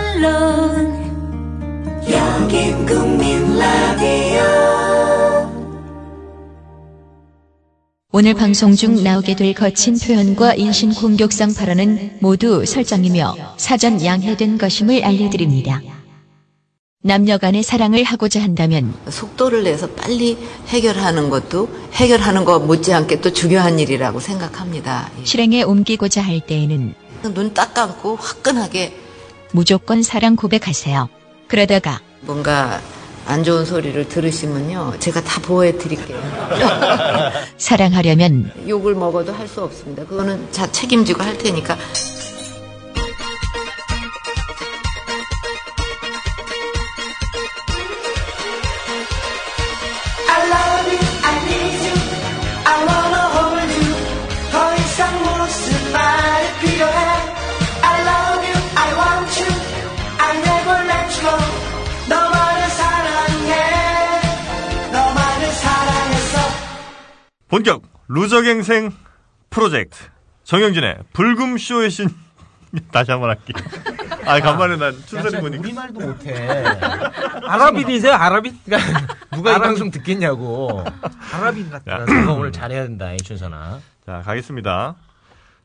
물론 여긴 국민 라디오 오늘 방송 중 나오게 될 거친 표현과 인신 공격성 발언은 모두 설정이며 사전 양해된 것임을 알려드립니다. 남녀 간의 사랑을 하고자 한다면 속도를 내서 빨리 해결하는 것도 해결하는 것 못지않게 또 중요한 일이라고 생각합니다. 예. 실행에 옮기고자 할 때에는 눈 딱 감고 화끈하게 무조건 사랑 고백하세요. 그러다가 뭔가 안 좋은 소리를 들으시면요. 제가 다 보호해 드릴게요. 사랑하려면 욕을 먹어도 할 수 없습니다. 그거는 자 책임지고 할 테니까. I love you, I need you I wanna hold you 더 이상 무슨 말이 필요해 I love you, I want you I never let you go 너만을 사랑해 너만을 사랑했어 본격 루저갱생 프로젝트 정영진의 불금쇼의 신 다시 한번 할게. 아 간만에 난 춘선이 보니까 우리말도 못해. 아랍인이세요? 아랍인? 그러니까 누가 이 방송 듣겠냐고. 아랍인 같다. 누가 오늘 잘해야 된다, 이춘선아. 자 가겠습니다.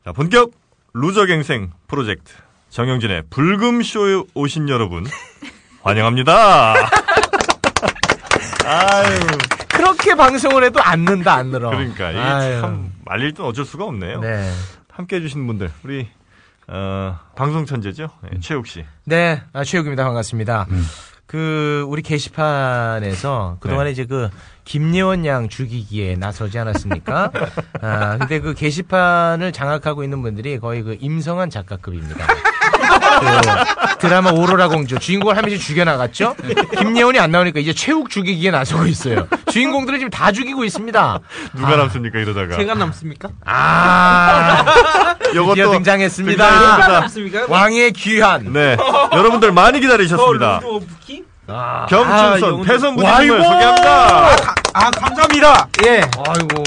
자 본격 루저갱생 프로젝트 정영진의 불금쇼에 오신 여러분 환영합니다. 어, 아유 그렇게 방송을 해도 안 는다, 안 늘어. 그러니까 이게 아유. 참 말릴 땐 어쩔 수가 없네요. 네. 함께 해주신 분들 우리 어, 방송 천재죠 음. 예, 최욱 씨. 네, 아, 최욱입니다. 반갑습니다. 그 우리 게시판에서 그동안에 네. 이제 그 김예원 양 죽이기에 나서지 않았습니까? 아, 근데 그 게시판을 장악하고 있는 분들이 거의 그 임성한 작가급입니다. 그 드라마 오로라 공주 주인공을 한 명씩 죽여나갔죠. 김예원이 안 나오니까 이제 최욱 죽이기에 나서고 있어요. 주인공들을 지금 다 죽이고 있습니다. 누가 남습니까 이러다가 제가 남습니까? 아, 드디어 등장했습니다. 등장했습니다. 남습니까? 왕의 귀환. 네. 여러분들 많이 기다리셨습니다. 어, 루드 오브 킹? 아, 경춘선 아, 배선 아이고. 부님을 소개합니다. 아, 감사합니다. 예. 아이고.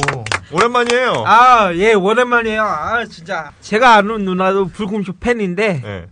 오랜만이에요. 아, 예, 오랜만이에요. 아, 진짜. 제가 아는 누나도 불금쇼 팬인데, 네.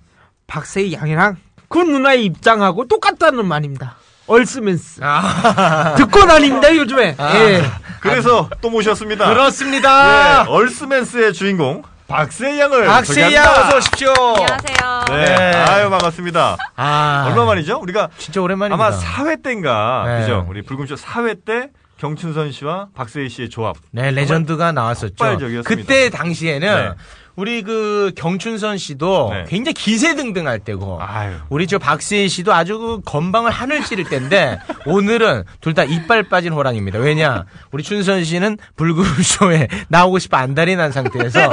박세희 양이랑 그 누나의 입장하고 똑같다는 말입니다. 얼스맨스. 아, 듣고 다닙니다, 요즘에. 아. 예. 그래서 또 모셨습니다. 그렇습니다. 네, 얼스맨스의 주인공 박세희 양을 박세희 양 소개합니다. 어서 오십시오. 안녕하세요. 네. 네. 아유 반갑습니다. 아, 얼마 만이죠? 우리가 진짜 오랜만입니다. 아마 4회 때인가 네. 그죠? 우리 불금쇼 4회 때 경춘선 씨와 박세희 씨의 조합. 네, 레전드가 나왔었죠. 폭발적이었습니다. 그때 당시에는 네. 우리 그 경춘선 씨도 네. 굉장히 기세등등할 때고 아유. 우리 저 박세희 씨도 아주 그 건방을 하늘 찌를 때인데 오늘은 둘 다 이빨 빠진 호랑입니다. 왜냐? 우리 춘선 씨는 불금쇼에 나오고 싶어 안달이 난 상태에서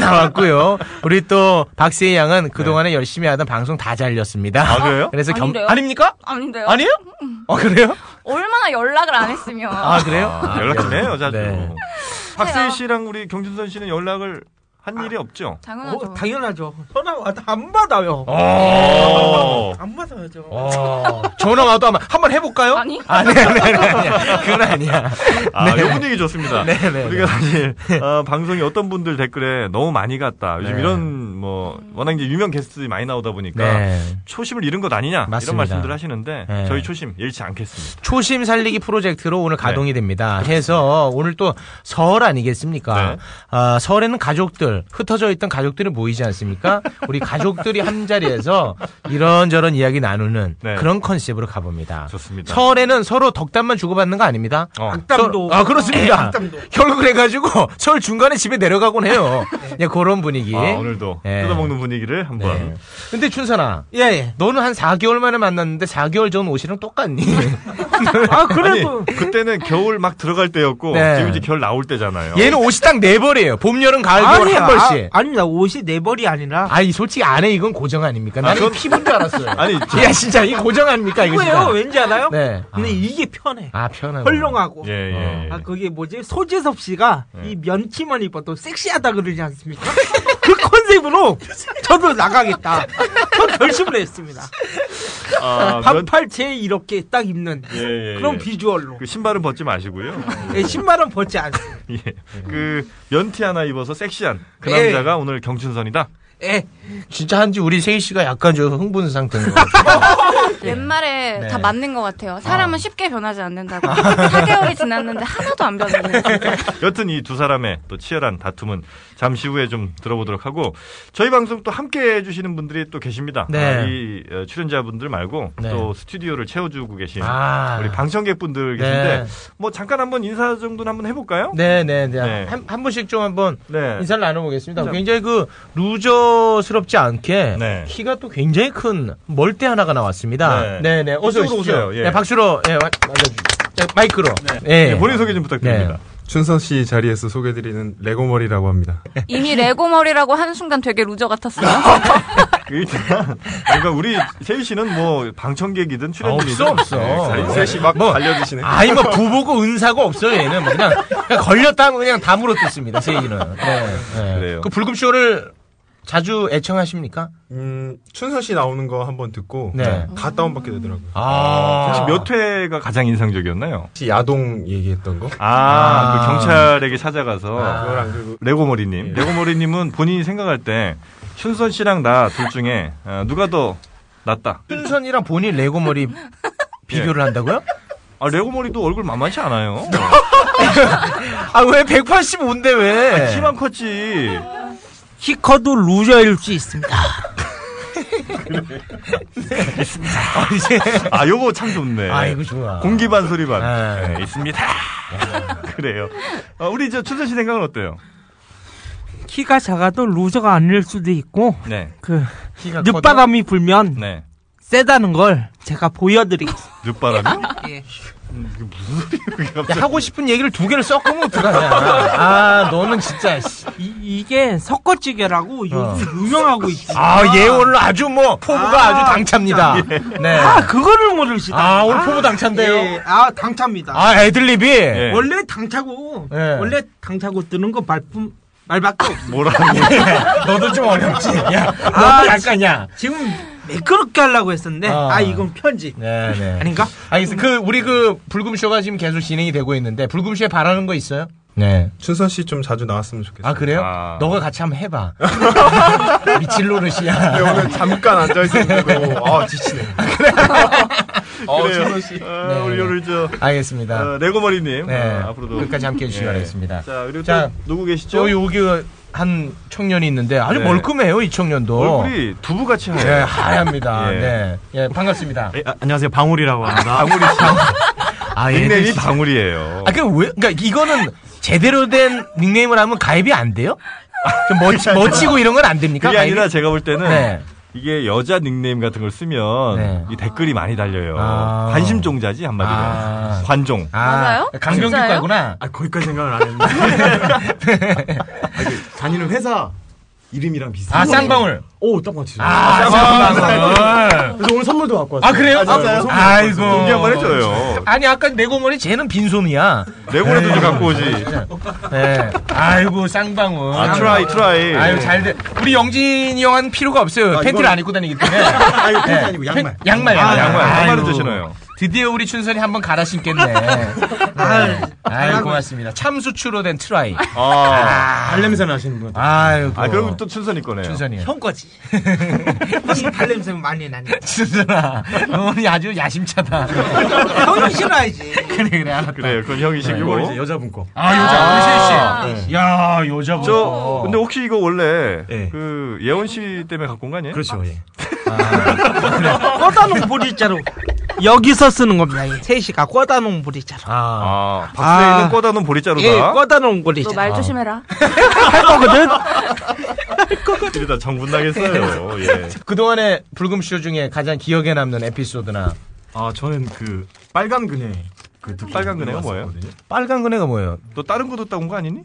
나왔고요. 우리 또 박세희 양은 그동안에 열심히 하던 방송 다 잘렸습니다. 네. 아, 그래요? 그래서 겸 아닌데요? 아닙니까? 아닌데요. 음, 아니에요? 어 그래요? 얼마나 연락을 안 했으면. 아 그래요? 아, 연락 좀 해요, 자주. 네. 박세희 씨랑 우리 경춘선 씨는 연락을 한 일이 없죠? 당연하죠. 어, 당연하죠. 전화 와도 안 받아요. 어. 오. 안 받아야죠. 어, 전화 와도 아마 한번 해볼까요? 아니. 아니, 아니, 아니, 아니. 그건 아니야. 아, 요 분위기 좋습니다. 네, 네, 네. 우리가 사실 어, 방송이 어떤 분들 댓글에 너무 많이 갔다. 요즘 네. 이런 뭐 워낙 이제 유명 게스트들이 많이 나오다 보니까 네. 초심을 잃은 것 아니냐 맞습니다. 이런 말씀들 하시는데 네. 저희 초심 잃지 않겠습니다. 초심 살리기 프로젝트로 네. 오늘 가동이 됩니다. 해서 오늘 또 설 아니겠습니까? 네. 아, 설에는 가족들, 흩어져 있던 가족들이 모이지 않습니까? 우리 가족들이 한 자리에서 이런저런 이야기 나누는 네. 그런 컨셉으로 가봅니다. 좋습니다. 설에는 서로 덕담만 주고받는 거 아닙니다. 어. 악담도. 네, 설- 아, 그렇습니다. 악담도. 결국 그래가지고 설 중간에 집에 내려가곤 해요. 네. 예, 그런 분위기. 아, 오늘도 예. 뜯어먹는 분위기를 한번. 네. 근데 춘선아, 예, 예. 너는 한 4개월 만에 만났는데 4개월 전 옷이랑 똑같니? 아, 아니 그래도. 그때는 겨울 막 들어갈 때였고 네. 지금 이제 겨울 나올 때잖아요. 얘는 옷이 딱 네 벌이에요. 봄, 여름, 가을, 겨울 아니야. 한 벌씩. 아, 아닙니다. 옷이 네 벌이 아니라. 아, 니 솔직히 안에 이건 고정 아닙니까? 나는 그건- 피부인 줄 알았어요. 아니 저- 야, 진짜 이 고정 아닙니까? 이거 이거예요. 진짜. 왠지 알아요? 네. 근데 아. 이게 편해. 아, 편하고. 헐렁하고. 예, 예, 예. 아 그게 뭐지 소재섭 씨가 네. 이 면치만 입어도 섹시하다 그러지 않습니까? 그 컨셉으로 저도 나가겠다. 저 결심을 했습니다. 어, 그 아, 면- 반팔체 이렇게 딱 입는 예, 예, 그런 예. 비주얼로 그 신발은 벗지 마시고요. 예, 신발은 벗지 않습니다. 예. 그 면티 하나 입어서 섹시한 그 예. 남자가 오늘 경춘선이다. 에 진짜 한지 우리 세희 씨가 약간 좀 흥분 상태인 것 같아요. 옛말에 네. 다 맞는 것 예. 같아요. 아. 사람은 쉽게 변하지 않는다고. 4개월이 지났는데 하나도 안 변했네. 여튼 이 두 사람의 또 치열한 다툼은 잠시 후에 좀 들어보도록 하고 저희 방송 또 함께 해주시는 분들이 또 계십니다. 네. 아, 이 어, 출연자분들 말고 네. 또 스튜디오를 채워주고 계신 아. 우리 방청객분들 네. 계신데 뭐 잠깐 한번 인사 정도는 한번 해볼까요? 네네네. 네. 한, 한 분씩 좀 한번 네. 인사를 나눠보겠습니다. 인사. 굉장히 그 루저스럽지 않게 네. 키가 또 굉장히 큰 멀대 하나가 나왔습니다. 네. 네. 네 어서 이쪽으로 오십시오. 오세요. 예. 네, 박수로 예, 와- 맞아주십시오. 자, 마이크로. 예. 네, 본인 소개 좀 부탁드립니다. 춘선 씨 자리에서 소개드리는 레고머리라고 합니다. 이미 레고머리라고 한순간 되게 루저 같았어요. 네. 일단 그 그러니까 우리 세희 씨는 뭐 방청객이든 출연진이든 아, 없어, 없어. 네, 셋이 막 뭐, 달려드시네. 아니 뭐 부보고 은사고 없어요 얘는 뭐 그냥, 그냥 걸렸다 하면 그냥 다 물어뜯습니다 세이는 네, 네. 그래요. 그 불금쇼를 자주 애청하십니까? 음, 춘선 씨 나오는 거 한번 듣고 네. 다 다운받게 되더라고요. 아 혹시 몇 회가 가장 인상적이었나요? 혹시 야동 얘기했던 거? 아, 아. 그 경찰에게 찾아가서 그걸 안 그리고 예. 레고머리님. 레고머리님은 본인이 생각할 때 춘선 씨랑 나 둘 중에 어, 누가 더 낫다. 순선이랑 본인 레고 머리 비교를 한다고요? 아, 레고머리도 얼굴 만만치 않아요. 아 왜 185인데 왜? 네. 아, 키만 컸지. 키 커도 루저일 수 있습니다. 아, 이제 아, 요거 참 좋네. 아 이거 좋아. 공기 반 소리 반. 네. 네, 있습니다. 그래요. 어, 우리 저 춘선 씨 생각은 어때요? 키가 작아도 루저가 아닐 수도 있고 네. 그 키가 커도- 늦바람이 불면 네. 세다는 걸 제가 보여드리겠습니다. 늦바람이? 음, 예. 하고 싶은 얘기를 두 개를 섞으면 어떡하냐. 아 너는 진짜. 씨. 이, 게 섞어찌개라고 요즘 유명하고 있지. 아, 예, 오늘 아주 뭐, 포부가 아, 주 당찹니다. 예. 네. 아, 그거를 모르시다. 아, 오늘 포부 당찬데요? 예, 아, 당차입니다. 아, 애들립이. 예. 원래 당차고, 예. 원래 당차고 뜨는 거 말품, 말밖에 없어. 뭐라고? 예. 너도 좀 어렵지. 야, 너도 아, 약간, 야. 지금 매끄럽게 하려고 했었는데, 아. 아, 이건 편지. 네, 네. 아닌가? 알겠습니다. 그, 우리 그, 불금쇼가 지금 계속 진행이 되고 있는데, 불금쇼에 바라는 거 있어요? 네. 춘선 씨 좀 자주 나왔으면 좋겠어요. 아, 그래요? 아. 너가 같이 한번 해봐. 미칠 네, 노릇이야. 근데 오늘 잠깐 앉아있었는데도 아 지치네. 어, 춘선 씨. 아, 네. 우리 오늘 저 알겠습니다. 어, 레고머리님 네. 어, 앞으로도 끝까지 함께 해주시기 예. 바라겠습니다. 자 그리고 자, 또 누구 계시죠? 저 여기 한 청년이 있는데, 아주 네. 멀끔해요, 이 청년도. 얼굴이 두부같이 하얘요. 예, 하얗습니다. 예. 네. 예, 반갑습니다. 안녕하세요 방울이라고 합니다. 방울이 참 아, 얘들 예, 닉네임이 진짜- 방울이에요. 아, 그 왜, 그니까 이거는 제대로 된 닉네임을 하면 가입이 안 돼요? 아, 좀 멋, 멋지고 이런 건 안 됩니까? 그게 가입이? 아니라 제가 볼 때는 네. 이게 여자 닉네임 같은 걸 쓰면 네. 이 댓글이 많이 달려요. 아. 관심종자지 한마디로 아. 관종. 아, 맞아요? 강병규과구나. 아 거기까지 생각을 안 했는데 아, 그 다니는 회사 이름이랑 비슷해요. 아, 쌍방울. 오딱 맞히죠. 아, 쌍방울. 그래서 오늘 선물도 갖고 왔어요. 아, 그래요? 맞아요. 아이고. 공개 한번 해줘요. 아니, 아까 내고머리 쟤는 빈손이야. 레고라도 좀 갖고 오지. 네. 아, 아이고, 쌍방울. 네. 아, 트라이, 트라이. 아유, 잘 돼. 우리 영진이 형은 필요가 없어요. 아, 팬티를 이건- 안 입고 다니기 때문에. 예. 아, 이거 팬티 아니고 양말. 팬- 네. 그 양말, 아, 양말. 양말은 아이고. 또 신어요. 드디어 우리 춘선이 한번 갈아 신겠네. 아유, 아유, 고맙습니다. 참수추로 된 트라이. 아, 발냄새 나시는 분. 아유, 아 그럼 또 춘선이 거네요. 춘선이. 형 거지. 형이 달냄새 많이 나니. 춘선아, 너는 아주 야심차다. 형이 싫어야지. 그래, 그래, 알았다. 그래요. 그럼 아, 형이 이거 이제 시고. 여자분 거. 아, 여자, 우리 세희 씨. 야, 여자분. 저 근데 혹시 이거 원래 네. 예. 그 예원 씨 때문에 갖고 온 거 아니에요? 그렇죠. 예. 꿔다놓은 보리자로. 여기서 쓰는 겁니다. 이 셋이가 꿔다놓은 보리자로. 아, 아, 박세희는 아. 꺼다 놓은 보리자루다. 예, 꿔다놓은 보리자로. 너 말 조심해라. 할 거거든? 이러다 정분 나겠어요. 네. 예. 그동안의 불금쇼 중에 가장 기억에 남는 에피소드나. 아 저는 그 빨간 그네. 그 듣기 빨간 그네가 뭐예요? 왔었거든요. 빨간 그네가 뭐예요? 너 다른 거 듣다 온 거 아니니?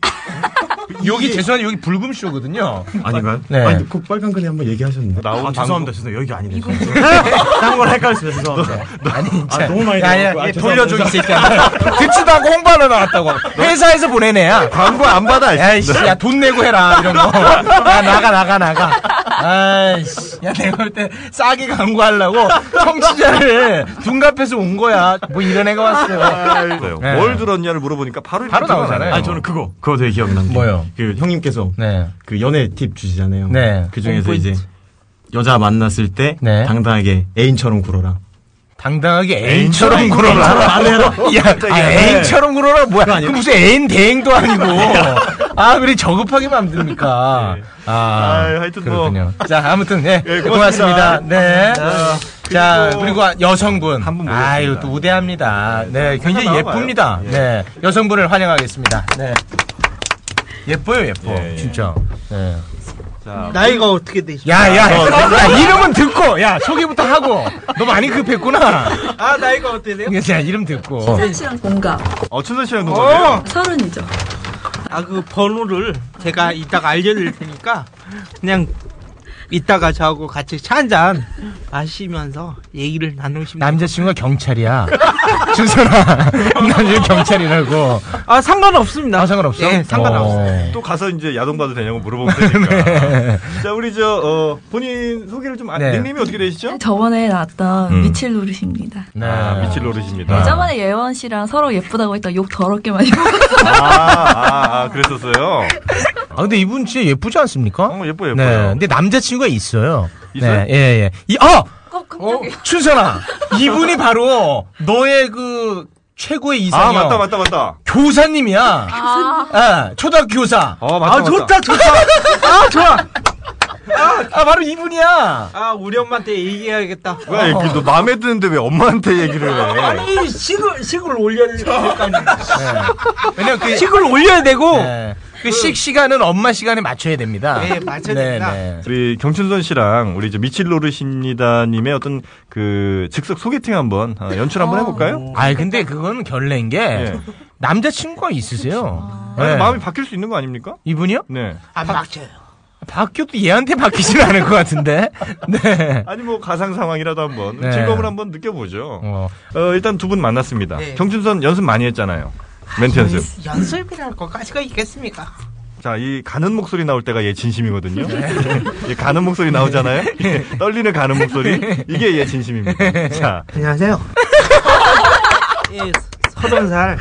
여기 죄송한데 여기 불금쇼거든요. 아닌가요? 네. 아니 그 빨간 그네 한번 얘기하셨는데. 나온 아, 방송. 죄송합니다. 죄송해요. 여기가 아니네. 딴걸 헷갈렸어요. 죄송합니다. 아니 진짜 아, 너무 많이 야, 야, 나왔고. 아, 야, 죄송합니다. 돌려줘 이 새끼야 듣지도 않고 홍보하러 나왔다고 회사에서 보내내야 광고 안 받아. 야이씨 야 돈 내고 해라 이런 거야 나가 나가 나가 아이씨 야, 내가 볼 때 싸게 광고하려고 청취자를 둔갑해서 온 거야. 뭐 이런 애가 아. 왔어요. 그래요. 네. 뭘 들었냐를 물어보니까 바로 바로 이렇게 나오잖아요. 들어가네요. 아니 저는 그거 그거 되게 기억난 게 뭐요? 그 형님께서 네. 그 연애 팁 주시잖아요. 네. 그 중에서 이제 여자 만났을 때 네. 당당하게 애인처럼 굴어라. 당당하게 애인처럼 애인처럼 굴어라. 야, 갑자기. 아, 애인처럼 굴어라 뭐야? 아니에요? 그 무슨 애인 대행도 아니고. 아, 그래 저급하게 만듭니까? 아, 네. 아이, 하여튼 뭐. 그렇군요. 자, 아무튼 예, 예, 고맙습니다. 고맙습니다. 네. 자, 그리고 그리고 아, 여성분. 한분 모셨습니다. 아유, 또 우대합니다. 네, 굉장히 하나 예쁩니다. 나와요. 네. 여성분을 환영하겠습니다. 네. 예뻐요, 예뻐. 예, 예. 진짜. 네. 아. 나이가 어떻게 되시죠? 야, 야, 야, 이름은 듣고, 야, 소개부터 하고. 너 많이 급했구나. 아 나이가 어떻게 돼요? 야, 이름 듣고. 씨랑 공감. 어, 춘선 씨랑 동갑이에요? 서른이죠. 아 그 번호를 제가 이따가 알려드릴 테니까 그냥 이따가 저하고 같이 차 한잔 마시면서 얘기를 나누시면 남자친구가 경찰이야. 준선아, 남자친구 경찰이라고. 아 상관없습니다. 아, 상관없어? 예, 상관없어요. 또 가서 이제 야동 봐도 되냐고 물어보면 되니까. 자, 우리 저, 어, 본인 소개를 좀, 아, 네. 닉님이 어떻게 되시죠? 저번에 나왔던 음. 미칠 노릇입니다. 네. 아, 미칠 노릇입니다. 네, 저번에 예원 씨랑 서로 예쁘다고 했다 욕 더럽게 많이 먹었어. 아, 아, 아, 그랬었어요. 아, 근데 이분 진짜 예쁘지 않습니까? 어, 예뻐, 예뻐요. 네. 근데 남자친구가 있어요. 있어요? 네, 예, 예. 이, 어! 어, 깜짝이야. 춘선아, 이분이 바로 너의 그 최고의 이상형. 아, 맞다, 맞다, 맞다. 교사님이야. 예, 초등학교 교사. 어, 맞다, 아, 맞다. 좋다, 좋다. 아, 좋아. 아, 아, 바로 이분이야. 아 우리 엄마한테 얘기해야겠다. 어. 왜, 이렇게 너 마음에 드는데 왜 엄마한테 얘기를 해? 아니 식을 식을 올려야 될거 네. 왜냐면 그, 식을 올려야 되고 네. 그 식, 시간은 엄마 시간에 맞춰야 됩니다. 예, 맞춰야 됩니다. 네. 우리 경춘선 씨랑 우리 이제 미칠 노릇입니다님의 어떤 그 즉석 소개팅 한번 어, 연출 한번 해볼까요? 아 근데 그건 결례인 게 예. 남자친구가 있으세요. 아니, 네. 마음이 바뀔 수 있는 거 아닙니까? 이분이요? 네. 안 막혀요. 바뀌어도 얘한테 바뀌진 않을 것 같은데. 네. 아니 뭐 가상 상황이라도 한번 네. 즐거움을 한번 느껴보죠. 어, 어, 일단 두 분 만났습니다. 네. 경춘선 연습 많이 했잖아요. 멘트 연습. 연습이랄 것까지가 있겠습니까? 자, 이 가는 목소리 나올 때가 얘 진심이거든요. 이 가는 목소리 나오잖아요. 이게 떨리는 가는 목소리. 이게 얘 진심입니다. 자, 안녕하세요. 예, 서른 살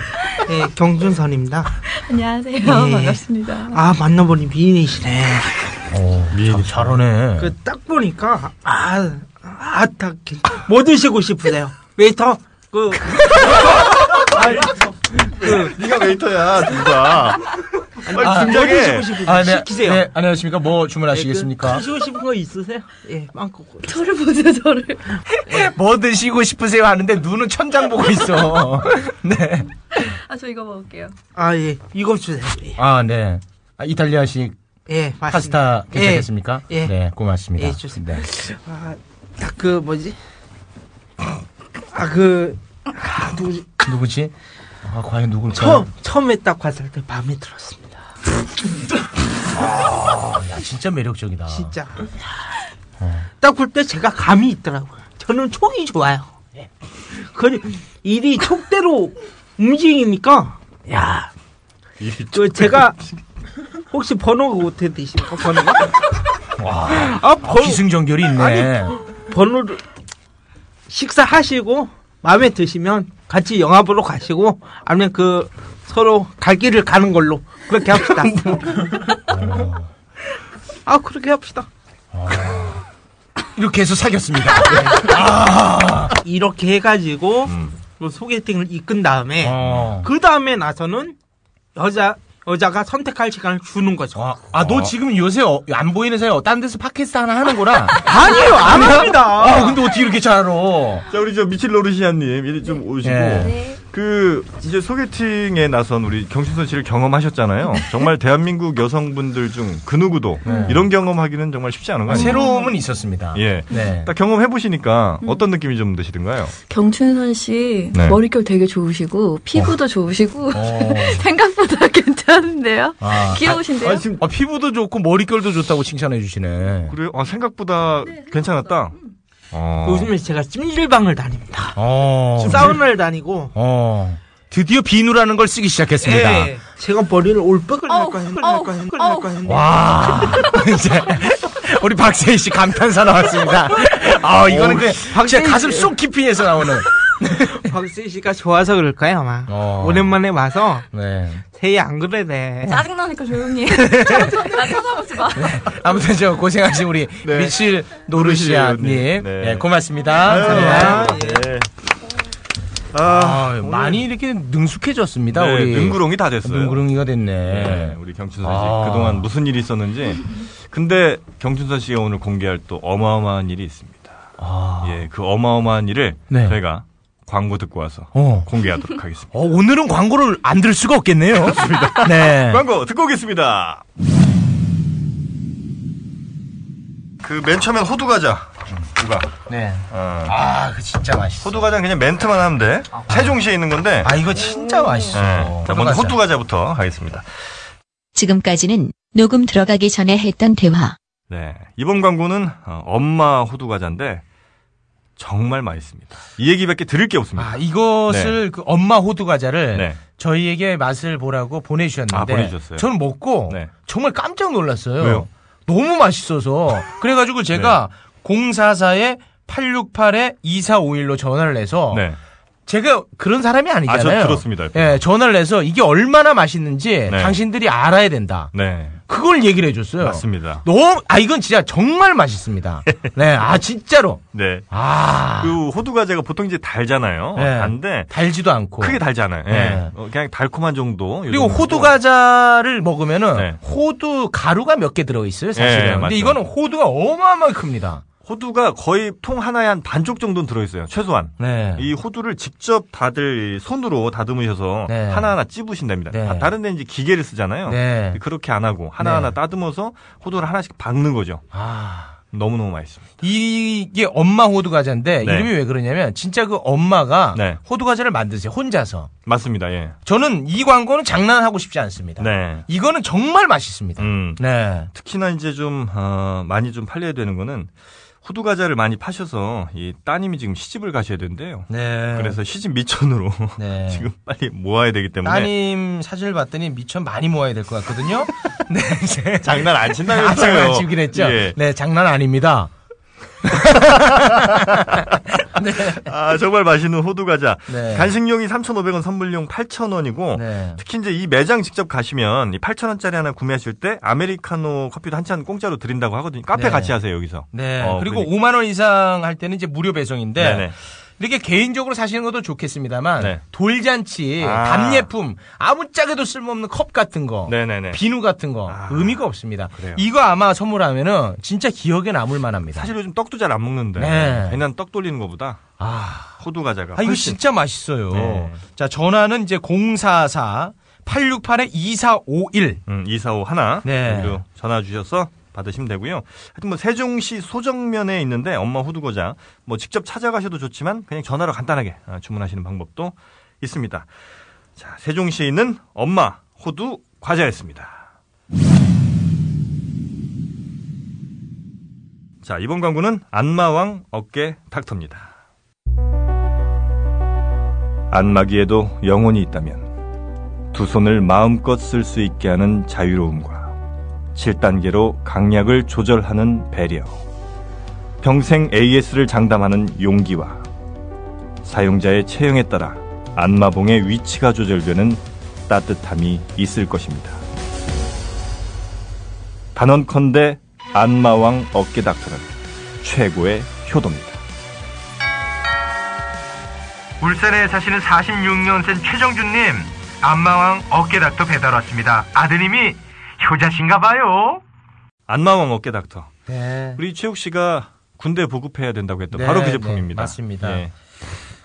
예, 경준선입니다. 예. 안녕하세요. 반갑습니다. 아 만나보니 미인이시네. 자, 잘하네. 그 딱 보니까 아, 아아딱 뭐 드시고 싶으세요? 웨이터 그 그, 네가 웨이터야, 아, 진짜. 빨리 뭐 드시고 진작에. 싶으세요? 아, 네, 시키세요. 네, 안녕하십니까? 뭐 네, 그 주문하시겠습니까? 드시고 싶은 거 있으세요? 예, 빵꾸꾸. 저를 보세요, 저를. 뭐 드시고 싶으세요? 하는데 눈은 천장 보고 있어. 네. 아, 저 이거 먹을게요. 아, 예. 이거 주세요. 예. 아, 네. 아, 이탈리아식 예, 맞습니다. 파스타 예. 괜찮겠습니까? 예. 네, 고맙습니다. 예, 좋습니다. 네. 아, 딱 그 뭐지? 아, 그 아, 누구지? 누구지? 아, 과연 누굴까? 처음 처음에 딱 봤을 때 마음에 들었습니다. 야, 진짜 매력적이다. 진짜. 딱 볼 때 제가 감이 있더라고요. 저는 촉이 좋아요. 예. 그 일이 촉대로 움직이니까 야, 그 제가 혹시 번호가 어떻게 되십니까? 번호가? 아, 아, 번, 기승전결이 있네. 번호를 식사하시고 마음에 드시면 같이 영화 보러 가시고 아니면 그 서로 갈 길을 가는 걸로 그렇게 합시다. 아 그렇게 합시다. 이렇게 해서 사귀었습니다. 네. 이렇게 해가지고 그 소개팅을 이끈 다음에 음. 어. 그 다음에 나서는 여자 여자가 선택할 시간을 주는 거죠. 아, 아, 너 지금 요새 어- 안 보이는 사이에 딴 데서 팟캐스트 하나 하는구나. 아니요 안 아니야? 합니다. 아, 근데 어떻게 이렇게 잘 알아? 자, 우리 저 미칠 노르시아님, 이리 좀 오시고. 네. 그, 이제 소개팅에 나선 우리 경춘선 씨를 경험하셨잖아요. 정말 대한민국 여성분들 중 그 누구도 이런 경험하기는 정말 쉽지 않은 음. 거 아니에요? 네. 새로움은 있었습니다. 예. 네. 딱 경험해 보시니까 어떤 느낌이 좀 드시던가요? 경춘선 씨 네. 머릿결 되게 좋으시고 피부도 좋으시고 어. 생각보다 괜찮은데요? 아. 귀여우신데요? 아니, 지금 아, 피부도 좋고 머릿결도 좋다고 칭찬해 주시네. 그래요? 아, 생각보다 괜찮았다. 어. 요즘에 제가 찜질방을 다닙니다. 어. 사우나를 다니고 어. 드디어 비누라는 걸 쓰기 시작했습니다. 예, 제가 네, 머리를 올백을 어우, 날까 했- 날까 어우, 했- 어우. 날까 했는데 와. 이제 우리 박세희 씨 감탄사 나왔습니다. 아, 이거는 오, 그냥 박세희 진짜 가슴 씨. 쏙 깊이에서 나오는. 박세희 씨가 좋아서 그럴까요 아마 어. 오랜만에 와서 네. 세희 안 그래 네 음. 짜증나니까 조용히 해. 나 쳐다보지 마. 네. 아무튼 저 고생하신 우리 네. 미칠 노르시아님. 노르시아님. 네. 네. 고맙습니다. 아유, 감사합니다. 예. 아, 오늘- 많이 이렇게 능숙해졌습니다. 네, 우리 능구렁이 다 됐어요. 능구렁이가 됐네. 네, 우리 경춘선 씨 예. 아. 그동안 무슨 일이 있었는지. 근데 경춘선 씨가 오늘 공개할 또 어마어마한 일이 있습니다. 아. 예, 그 어마어마한 일을 네. 저희가 광고 듣고 와서 어. 공개하도록 하겠습니다. 어, 오늘은 광고를 안 들을 수가 없겠네요. 네. 광고 듣고 오겠습니다. 그 맨 처음엔 호두 과자. 누가? 네. 어. 아, 그 진짜 맛있어. 호두 과자는 그냥 멘트만 하면 돼. 세종시에 있는 건데. 아, 이거 진짜 맛있어. 네. 자, 먼저 호두 과자부터 하겠습니다. 지금까지는 녹음 들어가기 전에 했던 대화. 네. 이번 광고는 어, 엄마 호두 과자인데 정말 맛있습니다. 이 얘기밖에 드릴 게 없습니다. 아, 이것을 그 엄마 호두 음. 과자를 네. 저희에게 맛을 보라고 보내주셨는데 아, 보내주셨어요? 저는 먹고 네. 정말 깜짝 놀랐어요. 왜요? 네. 너무 맛있어서 그래가지고 제가 044에 868에 2451로 전화를 해서 네. 제가 그런 사람이 아니잖아요. 아, 저 들었습니다. 예, 전화를 해서 이게 얼마나 맛있는지 네. 당신들이 알아야 된다. 네. 그걸 얘기를 해줬어요. 맞습니다. 너무 아 이건 진짜 정말 맛있습니다. 네, 아 진짜로 네. 아 그 호두 과자가 보통 이제 달잖아요. 네. 단데 달지도 않고 크게 달지 않아요. 예. 네. 어, 그냥 달콤한 정도. 요 그리고 정도. 호두 과자를 먹으면은 네. 호두 가루가 몇 개 들어 있어요, 사실은. 예, 맞죠. 근데 이거는 호두가 어마어마하게 큽니다. 호두가 거의 통 하나에 한 반쪽 정도는 들어있어요. 최소한. 네. 이 호두를 직접 다들 손으로 다듬으셔서 네. 하나하나 찝으신답니다. 네. 다- 다른 데는 이제 기계를 쓰잖아요. 네. 그렇게 안 하고 하나하나 네. 따듬어서 호두를 하나씩 박는 거죠. 아. 너무너무 맛있습니다. 이게 엄마 호두 네. 과자인데 이름이 왜 그러냐면 진짜 그 엄마가 네. 호두 과자를 만드세요. 혼자서. 맞습니다. 예. 저는 이 광고는 장난하고 싶지 않습니다. 네. 이거는 정말 맛있습니다. 음. 네. 특히나 이제 좀 어, 많이 좀 팔려야 되는 거는 호두 과자를 많이 파셔서 이 따님이 지금 시집을 가셔야 된대요. 네. 그래서 시집 미천으로 네. 지금 빨리 모아야 되기 때문에 따님 사진을 봤더니 미천 많이 모아야 될 것 같거든요. 네. 이제 장난 안 친다면서요. 아, 장난 안 치긴 했죠. 예. 네, 장난 아닙니다. 아, 정말 맛있는 호두 과자. 네. 간식용이 3,500원, 선물용 8,000원이고 네. 특히 이제 이 매장 직접 가시면 이 8,000원짜리 하나 구매하실 때 아메리카노 커피도 한 잔 공짜로 드린다고 하거든요. 카페 네. 같이 하세요, 여기서. 네. 어, 그리고 그러니까. 5만 원 이상 할 때는 이제 무료 배송인데 네네. 이렇게 개인적으로 사시는 것도 좋겠습니다만 네. 돌잔치, 아. 답례품, 아무짝에도 쓸모없는 컵 같은 거, 네네네. 비누 같은 거 아. 의미가 없습니다. 그래요. 이거 아마 선물하면은 진짜 기억에 남을 만합니다. 사실 요즘 떡도 잘 안 먹는데 네. 옛날 떡 돌리는 것보다 아, 호두 과자가 아, 이거 훨씬 진짜 맛있어요. 네. 자, 전화는 이제 044 868에 2451. 음, 245 하나 네. 여기로 전화 주셔서 받으시면 되고요. 하여튼 뭐 세종시 소정면에 있는데 엄마 호두과자 뭐 직접 찾아가셔도 좋지만 그냥 전화로 간단하게 아, 주문하시는 방법도 있습니다. 자, 세종시에 있는 엄마 호두 과자였습니다. 자, 이번 광고는 안마왕 어깨 닥터입니다. 안마기에도 영혼이 있다면 두 손을 마음껏 쓸 수 있게 하는 자유로움과 7단계로 강약을 조절하는 배려, 평생 AS를 장담하는 용기와 사용자의 체형에 따라 안마봉의 위치가 조절되는 따뜻함이 있을 것입니다. 단언컨대 안마왕 어깨 닥터는 최고의 효도입니다. 울산에 사시는 46년생 최정준님 안마왕 어깨 닥터 배달 왔습니다. 아드님이 효자신가 봐요. 안마왕 어깨 닥터. 네. 우리 최욱 씨가 군대 보급해야 된다고 했던 네, 바로 그 네, 제품입니다. 맞습니다. 예.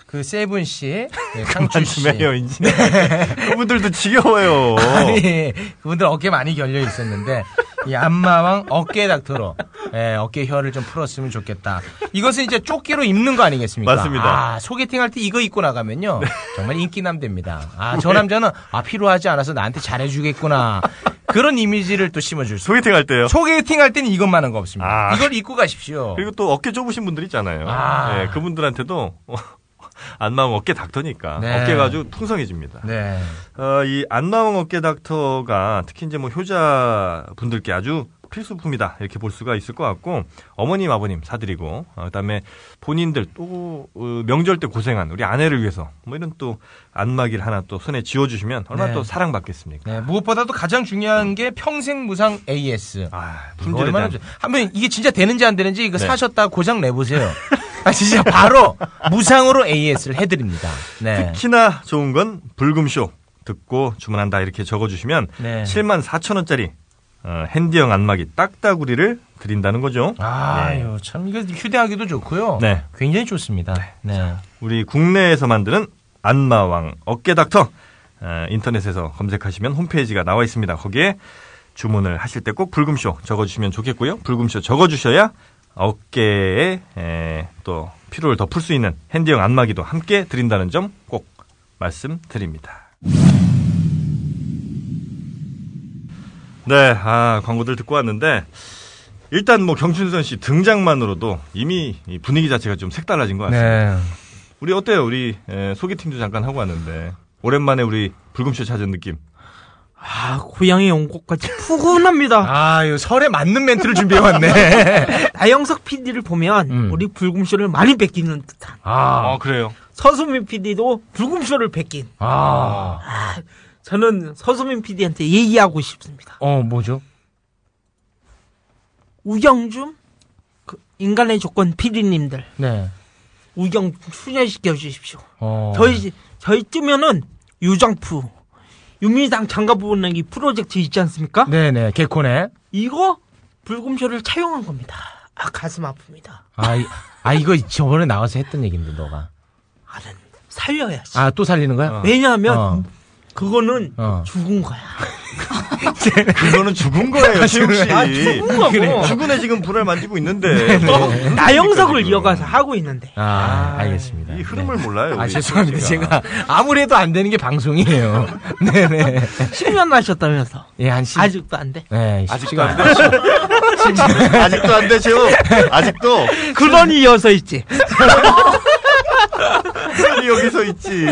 그 세븐 씨, 네, 상추 씨. 네. 한춤에요 인지. 그분들도 지겨워요. 아니 그분들 어깨 많이 결려 있었는데 이 안마왕 어깨 닥터로 예, 어깨 혀를 좀 풀었으면 좋겠다. 이것은 이제 조끼로 입는 거 아니겠습니까? 맞습니다. 아, 소개팅 할 때 이거 입고 나가면요 정말 인기남 됩니다. 아, 저 남자는 아 필요하지 않아서 나한테 잘해주겠구나 그런 이미지를 또 심어줄 수. 소개팅 할 때요. 소개팅 할 때는 이것만 한 거 없습니다. 아. 이걸 입고 가십시오. 그리고 또 어깨 좁으신 분들 있잖아요. 아. 예, 그분들한테도 안마왕 어깨 닥터니까 네. 어깨가 아주 풍성해집니다. 네. 어, 이 안마왕 어깨 닥터가 특히 이제 뭐 효자 분들께 아주 필수품이다 이렇게 볼 수가 있을 것 같고 어머님 아버님 사드리고 어, 그다음에 본인들 또 어, 명절 때 고생한 우리 아내를 위해서 뭐 이런 또 안마기를 하나 또 손에 쥐어주시면 얼마나 네. 또 사랑받겠습니까? 네, 무엇보다도 가장 중요한 게 평생 무상 AS. 아 이거 품질에 얼마나 대한 좋- 한번 이게 진짜 되는지 안 되는지 이거 네. 사셨다 고장 내보세요. 아 진짜 바로 무상으로 AS를 해드립니다. 네. 특히나 좋은 건 불금쇼 듣고 주문한다 이렇게 적어주시면 네. 7만 4천 원짜리 어, 핸디형 안마기 딱따구리를 드린다는 거죠. 네. 아유 참 이거 휴대하기도 좋고요. 네. 굉장히 좋습니다. 네. 우리 국내에서 만드는 안마왕 어깨닥터 어, 인터넷에서 검색하시면 홈페이지가 나와 있습니다. 거기에 주문을 하실 때 꼭 불금쇼 적어주시면 좋겠고요. 불금쇼 적어주셔야 어깨에 에, 또 피로를 덮을 수 있는 핸디형 안마기도 함께 드린다는 점 꼭 말씀드립니다. 네, 아, 광고들 듣고 왔는데, 일단 뭐 경춘선 씨 등장만으로도 이미 이 분위기 자체가 좀 색달라진 것 같습니다. 네. 우리 어때요? 우리 에, 소개팅도 잠깐 하고 왔는데, 오랜만에 우리 불금쇼 찾은 느낌. 아, 고향에 온 것 같이 푸근합니다. 아유 설에 맞는 멘트를 준비해 왔네. 나영석 PD를 보면 음. 우리 불금쇼를 많이 뺏기는 듯한. 아. 그래요? 서수민 PD도 불금쇼를 뺏긴. 아. 저는 서수민 PD한테 얘기하고 싶습니다. 어 뭐죠? 우경준 그 인간의 조건 PD님들 네. 우경 출연시켜 주십시오. 어. 저희 저희 뜨면은 유정프 유민상 장갑 보내기 프로젝트 있지 않습니까? 네네 개코네. 이거 불금쇼를 차용한 겁니다. 아 가슴 아픕니다. 아, 이- 아 이거 저번에 나와서 했던 얘기인데 너가. 나는 살려야지. 아 또 살리는 거야? 왜냐하면 어. 그거는 어. 죽은 거야. 그거는 죽은 거예요, 지웅 씨. 아, 죽은 거고. 네. 죽은에 지금 불을 만지고 있는데. 네. 뭐 무슨 어? 그러니까 나영석을 소리입니까, 이어가서 하고 있는데 아, 알겠습니다. 지금? 이 흐름을 몰라요. 네. 아 우리 죄송합니다. 소개팅이. 제가 아무래도 안 되는 게 방송이에요. 네네. 10년 하셨다면서 예, 한 10. 아직도 안 돼. 네, 아직도 쉽지가 안 않아요. 되죠. 아직도 안 되죠. 아직도. 그런 이어서 있지. 흔히 여기서 있지.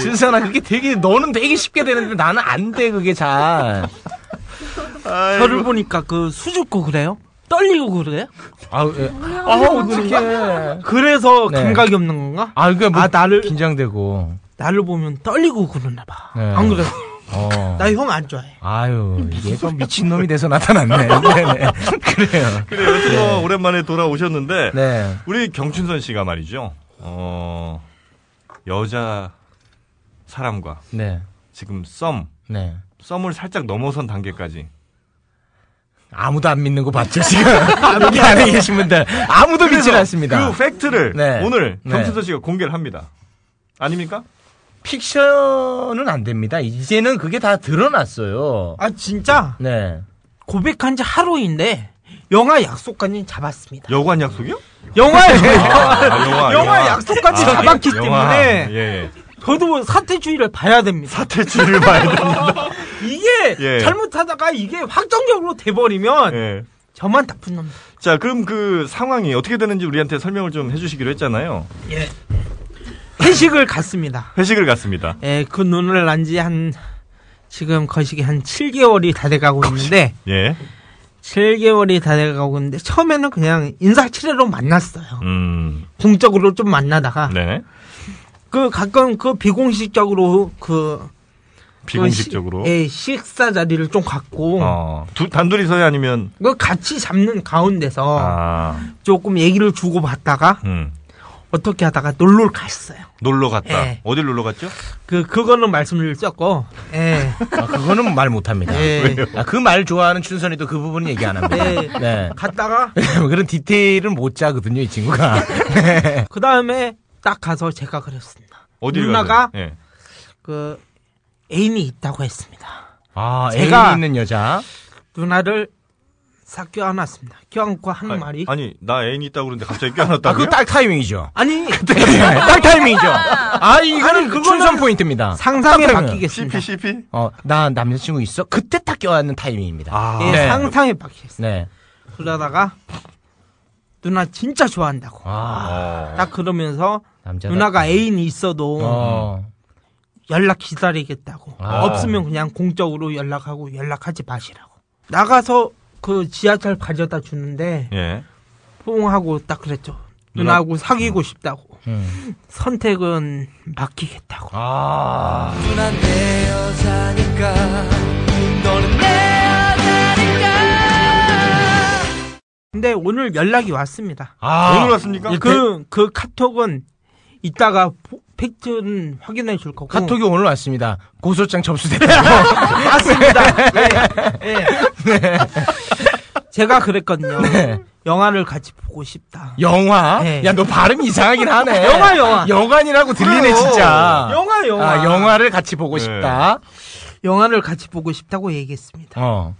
진선아, 그게 되게, 너는 되게 쉽게 되는데 나는 안 돼, 그게 잘. 저를 보니까 그 수줍고 그래요? 떨리고 그래요? 아우, 예. 아우, 어떡해. 그래서 네. 감각이 없는 건가? 아, 그니까 뭐, 아, 나를- 긴장되고. 나를 보면 떨리고 그러나 봐. 네. 안 그래? 어. 나 형 안 좋아해. 아유, 얘가 미친놈이 돼서 나타났네. 네네. 그래요. 그래, 여튼 뭐 오랜만에 돌아오셨는데 네. 우리 경춘선 씨가 말이죠. 어, 여자 사람과 네. 지금 썸, 네. 썸을 살짝 넘어선 단계까지. 아무도 안 믿는 거 봤죠, 지금? 여기 안에 계신 분들. 아무도 믿질 않습니다. 그 팩트를 네. 오늘 네. 경춘선 씨가 공개를 합니다. 아닙니까? 픽션은 안 됩니다. 이제는 그게 다 드러났어요. 아 진짜 네. 고백한 지 하루인데 영화 약속까지 잡았습니다. 여관 약속이요? 영화 아, 영화, 영화 약속까지 아, 잡았기 영화. 때문에 예, 예. 저도 사태주의를 봐야 됩니다. 사태치를 봐야 된다. 이게 예. 잘못하다가 이게 확정적으로 돼버리면 예. 저만 나쁜 놈. 자, 그럼 그 상황이 어떻게 되는지 우리한테 설명을 좀 해주시기로 했잖아요. 예. 회식을 갔습니다. 회식을 갔습니다. 예, 그 눈을 난 지 한 지금 거시기 한 7개월이 다 돼가고 있는데 예. 7개월이 다 돼가고 있는데 처음에는 그냥 인사치레로 만났어요. 음, 공적으로 좀 만나다가 네. 그 가끔 그 비공식적으로 그 비공식적으로. 그 시- 예, 식사 자리를 좀 갖고 어, 두, 단둘이서야 아니면, 그 같이 잡는 가운데서 아, 조금 얘기를 주고 받다가 음, 어떻게 하다가 놀러 갔어요. 놀러 갔다. 예. 어딜 놀러 갔죠? 그 그거는 말씀을 썼고 예. 아, 그거는 말 못합니다. 예. 그 말 좋아하는 춘선이도 그 부분은 얘기 안 합니다. 네. 네. 갔다가 그런 디테일은 못 짜거든요, 이 친구가. 그 다음에 딱 가서 제가 그랬습니다. 어딜 누나가 가세요? 예. 그 애인이 있다고 했습니다. 아, 제가- 애가 있는 여자. 누나를 싹 껴안았습니다. 껴안고 하는 아니, 말이 아니, 아니, 나 애인 있다고 그러는데 갑자기 아, 껴안았다고요? 그거 딱 타이밍이죠. 네. 그때 딱 타이밍이죠. 아, 이거는 그거는 춘선 포인트입니다. 상상에 딱 타이밍. 맡기겠습니다. CP, CP? 어, 나 남자친구 있어? 그때 딱 껴안는 타이밍입니다. 아, 예, 네. 상상에 맡기겠습니다. 네. 그러다가 누나 진짜 좋아한다고 아, 어. 딱 그러면서 남자. 누나가 애인이 있어도 어. 연락 기다리겠다고 아. 없으면 그냥 공적으로 연락하고 연락하지 마시라고 나가서 그 지하철 가져다 주는데 예. 포옹하고 딱 그랬죠. 누나- 누나하고 사귀고 싶다고. 어. 음. 선택은 맡기겠다고. 아. 난 내 여자니까 너는 내 여자니까 근데 오늘 연락이 왔습니다. 아. 오늘 왔습니까? 그, 그 카톡은 이따가 포- 팩트는 확인해 줄 거고. 카톡이 오늘 왔습니다. 고소장 접수됐고 맞습니다. 네. 네. 제가 그랬거든요. 네. 영화를 같이 보고 싶다. 영화. 네. 야 너 발음 이상하긴 하네. 영화, 영화. 여관이라고 들리네 그래요. 진짜. 영화, 영화. 아, 영화를 같이 보고 네. 싶다. 영화를 같이 보고 싶다고 얘기했습니다. 어.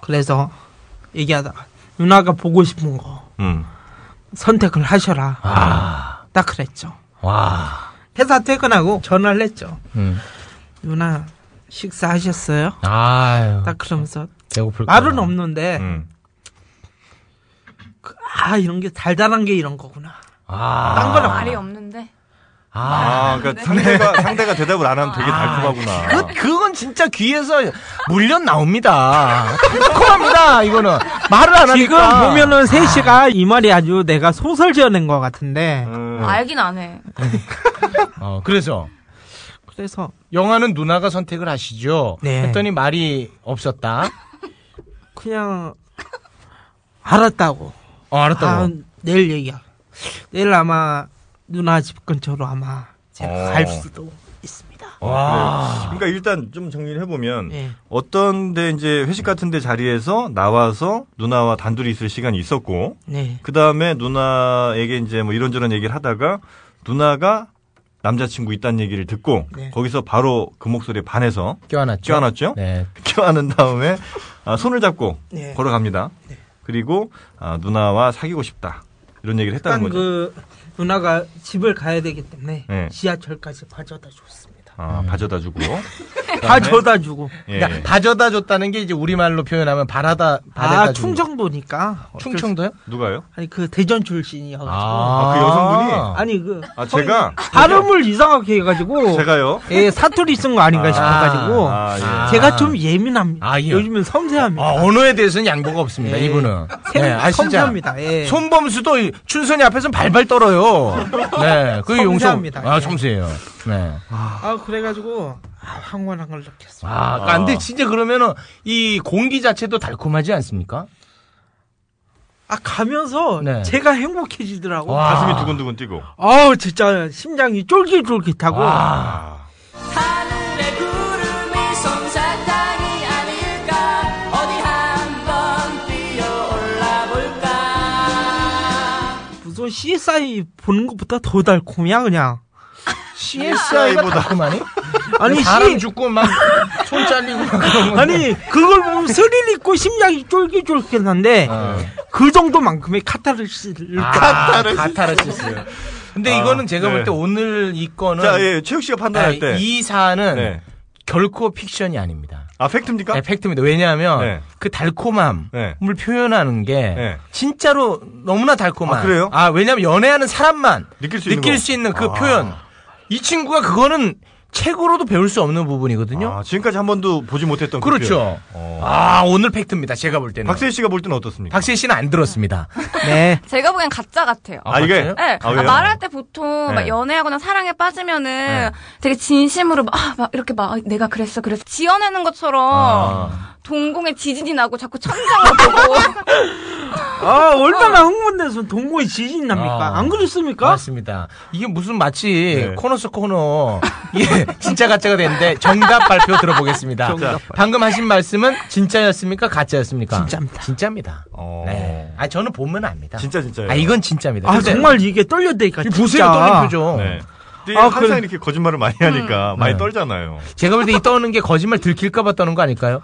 그래서 얘기하다가 누나가 보고 싶은 거 음. 선택을 하셔라. 아. 딱 그랬죠. 와. 회사 퇴근하고 전화를 했죠. 음. 누나 식사하셨어요? 아유. 딱 그러면서 배고플 말은 거야. 없는데 음. 아 이런 게 달달한 게 이런 거구나. 아. 딴건 말이 없는데. 아. 아, 네. 그러니까 상대가 상대가 대답을 안 하면 아, 되게 달콤하구나. 그, 그건 진짜 귀에서 물려 나옵니다. 달콤합니다, 이거는. 말을 안 하니까. 지금 보면은 세씨가이 말이 아주 내가 소설 지어낸 것 같은데 음. 알긴 안 해. 어, 그래서. 그래서 영화는 누나가 선택을 하시죠. 네. 했더니 말이 없었다. 그냥 알았다고. 어, 알았다고. 아, 내일 얘기야. 내일 아마 누나 집 근처로 아마 제가 어. 갈 수도 있습니다. 와. 그러니까 일단 좀 정리를 해보면 예. 어떤데 이제 회식 같은데 자리에서 나와서 누나와 단둘이 있을 시간이 있었고 네. 그 다음에 누나에게 이제 뭐 이런저런 얘기를 하다가 누나가 남자친구 있다는 얘기를 듣고 네. 거기서 바로 그 목소리에 반해서 껴안았죠. 껴안았죠? 네. 껴안은 다음에 아, 손을 잡고 네. 걸어갑니다. 그리고 아, 누나와 사귀고 싶다 이런 얘기를 했다는 일단 거죠. 그 누나가 집을 가야 되기 때문에 네. 지하철까지 가져다 줬습니다. 아, 봐줘다 주고 그 음. 가져다 주고. 그 예, 그러니까 다져다 줬다는 게 이제 우리말로 표현하면 바라다, 바래다 아 준 충청도니까. 거. 충청도요? 누가요? 아니 그 대전 출신이어가지고. 아, 그 여성분이? 아, 아니 그 아 제가 아, 발음을 이상하게 해가지고 제가요. 예 사투리 쓴 거 아닌가 아. 싶어가지고 아, 예. 제가 좀 예민합니다. 아, 예. 요즘은 섬세합니다. 아, 언어에 대해서는 양보가 없습니다, 예. 이분은. 생- 네, 아, 진짜. 섬세합니다. 예. 손범수도 이- 춘선이 앞에서 발발 떨어요. 네, 그게 용서. 섬세합니다. 아, 예. 섬세해요. 네. 아 그래가지고 아, 황홀한 걸 느꼈어요. 아, 그러니까 근데 진짜 그러면은 이 공기 자체도 달콤하지 않습니까? 아 가면서 네. 제가 행복해지더라고. 와. 가슴이 두근두근 뛰고 아우 진짜 심장이 쫄깃쫄깃하고 와. 하늘의 구름이 솜사탕이 아닐까 어디 한번 뛰어올라 볼까 무슨 CSI 보는 것보다 더 달콤이야 그냥. CSI보다 달콤하니? 아니 사람 C- 죽고 막 손 잘리고 막 그런 거. 아니 그걸 보면 스릴 있고 심장이 쫄깃쫄깃한데 네. 그 정도만큼의 카타르시를 아, 카타르시스. 카타르시스. 근데 이거는 제가 볼 네. 때 오늘 이 건은 자, 예, 최욱 씨가 판단할 아, 때. 이 사안은 네. 결코 픽션이 아닙니다. 아, 팩트입니까? 네, 팩트입니다. 왜냐하면 네. 그 달콤함을 네. 표현하는 게 네. 진짜로 너무나 달콤한. 아, 그래요? 왜냐하면 연애하는 사람만 느낄 수 있는 거. 그 아. 표현. 이 친구가 그거는 책으로도 배울 수 없는 부분이거든요. 아, 지금까지 한 번도 보지 못했던 그 그렇죠. 표현. 어. 아, 오늘 팩트입니다. 제가 볼 때는. 박세희 씨가 볼 때는 어떻습니까? 박세희 씨는 안 들었습니다. 네. 제가 보기엔 가짜 같아요. 아, 이게 맞아요? 네. 아, 아, 왜요? 말할 때 보통 네. 막 연애하거나 사랑에 빠지면은 네. 되게 진심으로 막, 아, 막 이렇게 막 아, 내가 그랬어 그랬어 지어내는 것처럼 아. 동공에 지진이 나고 자꾸 천장을 보고 아 얼마나 흥분돼서 동호회 지진 납니까? 아. 안 그렇습니까? 맞습니다. 이게 무슨 마치 네. 코너 속 코너 예, 진짜 가짜가 되는데 정답 발표 들어보겠습니다. 정답 방금 하신 말씀은 진짜였습니까? 가짜였습니까? 진짜입니다. 진짜입니다. 어. 네. 아 저는 보면 압니다. 진짜 진짜예요. 아 이건 진짜입니다. 아 근데 정말 이게 떨려대니까 이 진짜. 보세요 떠는 표정. 네. 근데 아, 항상 그래. 이렇게 거짓말을 많이 하니까 많이 네. 떨잖아요. 제가 볼 때 이 떠는 게 거짓말 들킬까봐 떠는 거 아닐까요?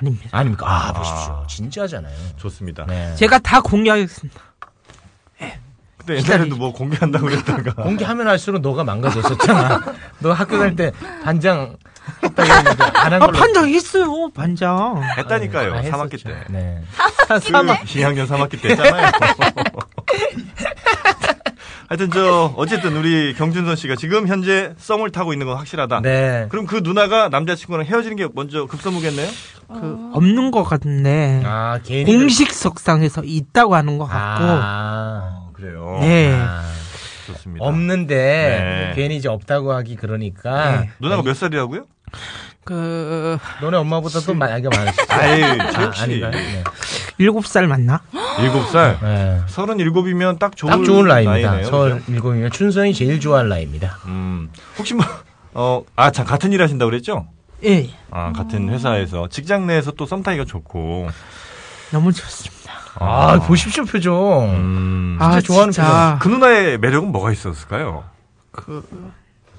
아닙니다. 아닙니까? 아, 보십시오. 진짜잖아요. 좋습니다. 네. 제가 다 공개하겠습니다. 근데 옛날에도 뭐 공개한다고 그랬다가. 공개하면 할수록 너가 망가졌었잖아. 너 학교 갈 때 반장 했다고 했는데 안한 아 걸로. 반장 했어요 반장. 했다니까요. 아, 했었죠. 3학기 때. 네. 그 2학년 3학기 때잖아요. 하여튼 저 어쨌든 우리 경준선 씨가 지금 현재 썸을 타고 있는 건 확실하다. 네. 그럼 그 누나가 남자친구랑 헤어지는 게 먼저 급선무겠네요? 없는 것 같은데 아, 개인 공식석상에서 있다고 하는 것 같고 아, 그래요. 네 아, 좋습니다. 없는데 네. 괜히 이제 없다고 하기 그러니까 네. 누나가 몇 살이라고요? 그 너네 엄마보다 더 나이가 많으시죠? 아이, 아, 역시. 아닌가요? 일곱 살 맞나? 일곱 살. 네. 서른 일곱이면 딱 좋은, 딱 좋은 라인입니다. 나이네요. 서울 그죠? 일곱이면 춘선이 제일 좋아할 나이입니다. 음, 혹시 뭐, 어, 아, 참, 같은 일 하신다고 그랬죠? 예 아, 같은 회사에서. 직장 내에서 또 썸타기가 좋고. 너무 좋습니다. 아, 보십시오 표정. 음. 아 좋아하는 진짜 그 누나의 매력은 뭐가 있었을까요? 그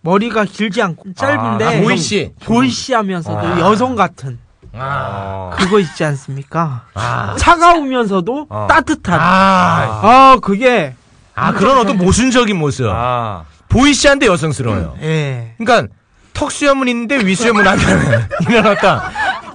머리가 길지 않고 짧은데 아, 모이 씨. 보이시하면서도 여성 같은 아, 아, 그거 있지 않습니까? 아, 차가우면서도 어. 따뜻한 아, 아, 그게 아, 그런 어떤 모순적인 모습. 음. 아, 보이시한데 여성스러워요. 예 그러니까 턱 수염은 있는데 위 수염은 안 나는 이런 어떤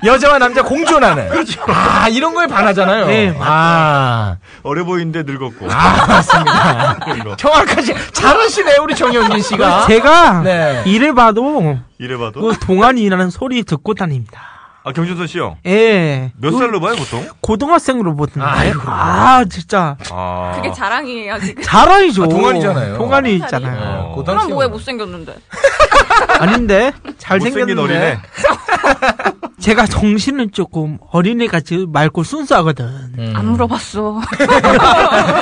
여자와 남자 공존하는. 그렇죠. 아, 이런 거에 반하잖아요. 네, 아, 어려 보이는데 늙었고. 아, 맞습니다. 이거. 정확하지. 잘하시네 우리 정영진 씨가. 제가 네. 이래 봐도 이래봐도. 그 동안이라는 소리 듣고 다닙니다. 아, 경준선 씨요. 예. 몇 그 살로 봐요, 보통? 고등학생으로 보던데. 아이고. 아, 진짜. 아. 그게 자랑이에요 지금. 자랑이죠. 아, 동안이잖아요. 동안이 네. 있잖아요. 어. 그럼 왜 못생겼는데? 아닌데? 못생긴 잘생겼는데. 어린애. 제가 정신은 조금 어린애같이 맑고 순수하거든. 음. 안 물어봤어.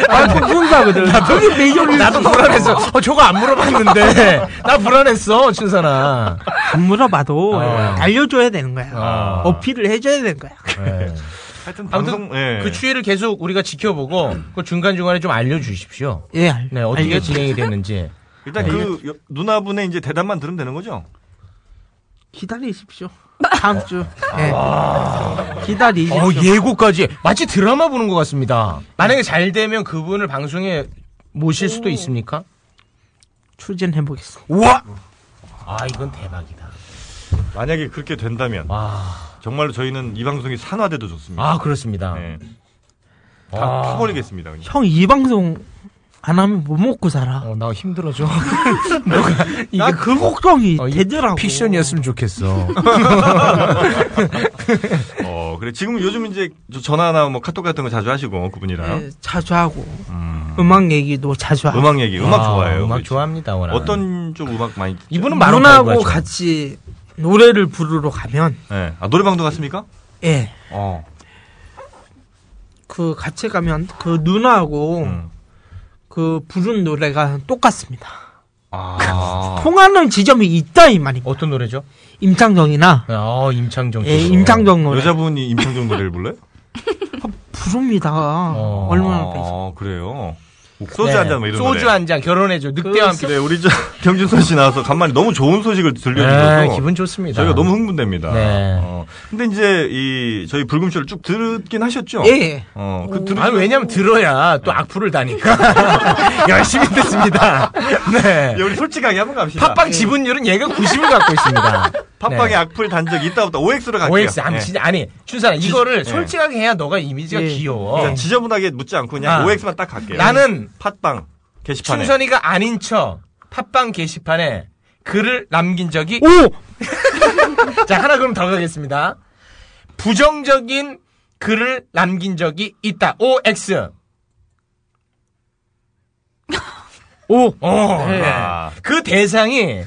맑고 순수하거든. 그게 메이저를 나도 불안했어. 어, 저거 안 물어봤는데. 나 불안했어, 춘선아. 안 물어봐도 어. 알려줘야 되는 거야. 아. 어필을 해줘야 되는 거야. 네. 하여튼 아무튼 방송, 예. 그 추이를 계속 우리가 지켜보고 그 중간 중간에 좀 알려주십시오. 예, 알, 네, 어떻게 알겠지. 진행이 됐는지. 일단 그 여- 누나분의 이제 대답만 들으면 되는 거죠? 기다리십시오. 다음 주. 예. 기다리십시오. 어, 예고까지 마치 드라마 보는 것 같습니다. 만약에 잘 되면 그분을 방송에 모실 수도 있습니까? 추진해보겠습니다. 우와. 아, 이건 대박이다. 만약에 그렇게 아. 된다면 와. 정말로 저희는 이 방송이 산화돼도 좋습니다. 아, 그렇습니다. 네. 다 와. 타버리겠습니다. 그냥. 형, 이 방송 안 하면 못 먹고 살아. 어, 나 힘들어져. 너가 이게 나 그 걱정이 어, 이게 되더라고. 픽션이었으면 좋겠어. 어, 그래. 지금 요즘 이제 저 전화나 뭐 카톡 같은 거 자주 하시고 네. 그분이랑 예, 자주 하고 음. 음악 얘기도 자주 하고 악 얘기, 음악 아, 좋아해요. 음악 그렇지. 좋아합니다, 워낙. 어떤 쪽 음악 많이? 듣죠? 이분은 마루 누나하고 같이 노래를 부르러 가면 예. 아, 노래방도 갔습니까? 예. 어. 그 같이 가면 그 누나하고 음. 그 부른 노래가 똑같습니다. 아. 통하는 지점이 있다 이 말입니다. 어떤 노래죠? 임창정이나 아, 임창정. 예, 씨죠. 임창정 노래 여자분이 임창정 노래를 불러요? 부릅니다. 어. 얼마나 빼지? 아, 그래요. 소주 한 잔 뭐 이런 네. 소주 노래. 네, 한 잔 결혼해줘. 늑대와 함께. 그래, 우리 저 경준선 씨 나와서 간만에 너무 좋은 소식을 들려주셔서 네, 기분 좋습니다. 저희가 너무 흥분됩니다. 네. 어, 근데 이제 이 저희 불금쇼를 쭉 듣긴 하셨죠? 예. 어, 그 들으 아니 왜냐면 들어야 네. 또 악플을 다니까 열심히 듣습니다. 네. 야, 우리 솔직하게 한번 갑시다. 아, 팟빵 지분율은 얘가 90을 갖고 있습니다. 팝빵의 네. 악플 단적 있다 없다 OX로 갈게요. OX 아니, 예. 진짜, 아니 춘산아 이거를 지- 네. 솔직하게 해야 너가 이미지가 예. 귀여워. 그냥 지저분하게 묻지 않고 그냥 아. OX만 딱 갈게요. 네. 나는 팟빵 게시판에 춘선이가 아닌 척 팟빵 게시판에 글을 남긴 적이 오 자 하나 그럼 더 가겠습니다. 부정적인 글을 남긴 적이 있다. OX 오. 어, 네. 네. 그 대상이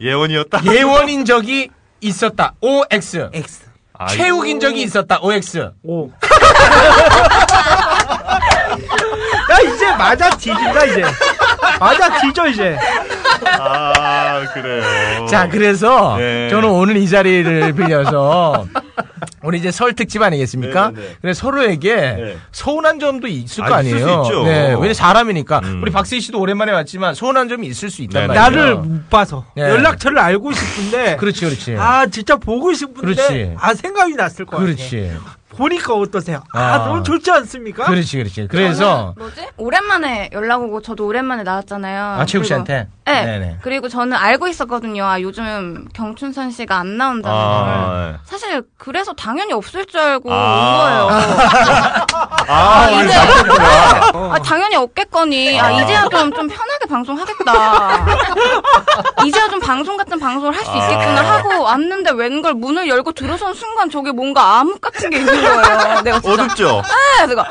예원이었다. 예원인 적이 있었다. OX. X 아, 최욱인 적이 있었다. OX. 오. 야 이제 맞아 뒤진다 이제. 맞아 뒤져 이제. 아 그래요. 자, 그래서 네. 저는 오늘 이 자리를 빌려서 우리 이제 설 특집 아니겠습니까? 네, 네, 네. 그래서 서로에게 서운한 점도 있을 거 아, 있을 아니에요. 수 있죠. 네, 왜냐 사람이니까. 음. 우리 박세희 씨도 오랜만에 왔지만 서운한 점이 있을 수 네, 있단 네. 말이에요. 나를 못 봐서 예. 연락처를 알고 싶은데 그렇지, 그렇지. 아 진짜 보고 싶은데 그렇지. 아 생각이 났을 거예요. 그렇지. 보니까 어떠세요? 아, 아. 너무 좋지 않습니까? 그렇지, 그렇지. 그래서 저는 뭐지? 오랜만에 연락 오고 저도 오랜만에 나왔잖아요. 아, 최욱 씨한테? 그리고- 네. 네네. 그리고 저는 알고 있었거든요. 아, 요즘 경춘선 씨가 안 나온다는 걸. 아, 사실 그래서 당연히 없을 줄 알고 아. 온 거예요. 아, 이제- 이제 나쁘구나. 아, 당연히 없겠거니. 아, 아. 이제야 좀, 좀 편하게 방송하겠다. 이제야 좀 방송 같은 방송을 할 수 있겠구나 아. 하고 왔는데 웬걸 문을 열고 들어선 순간 저게 뭔가 암흑 같은 게 있는 거예요. 내가 진짜 네. 어둡죠? 아, 내가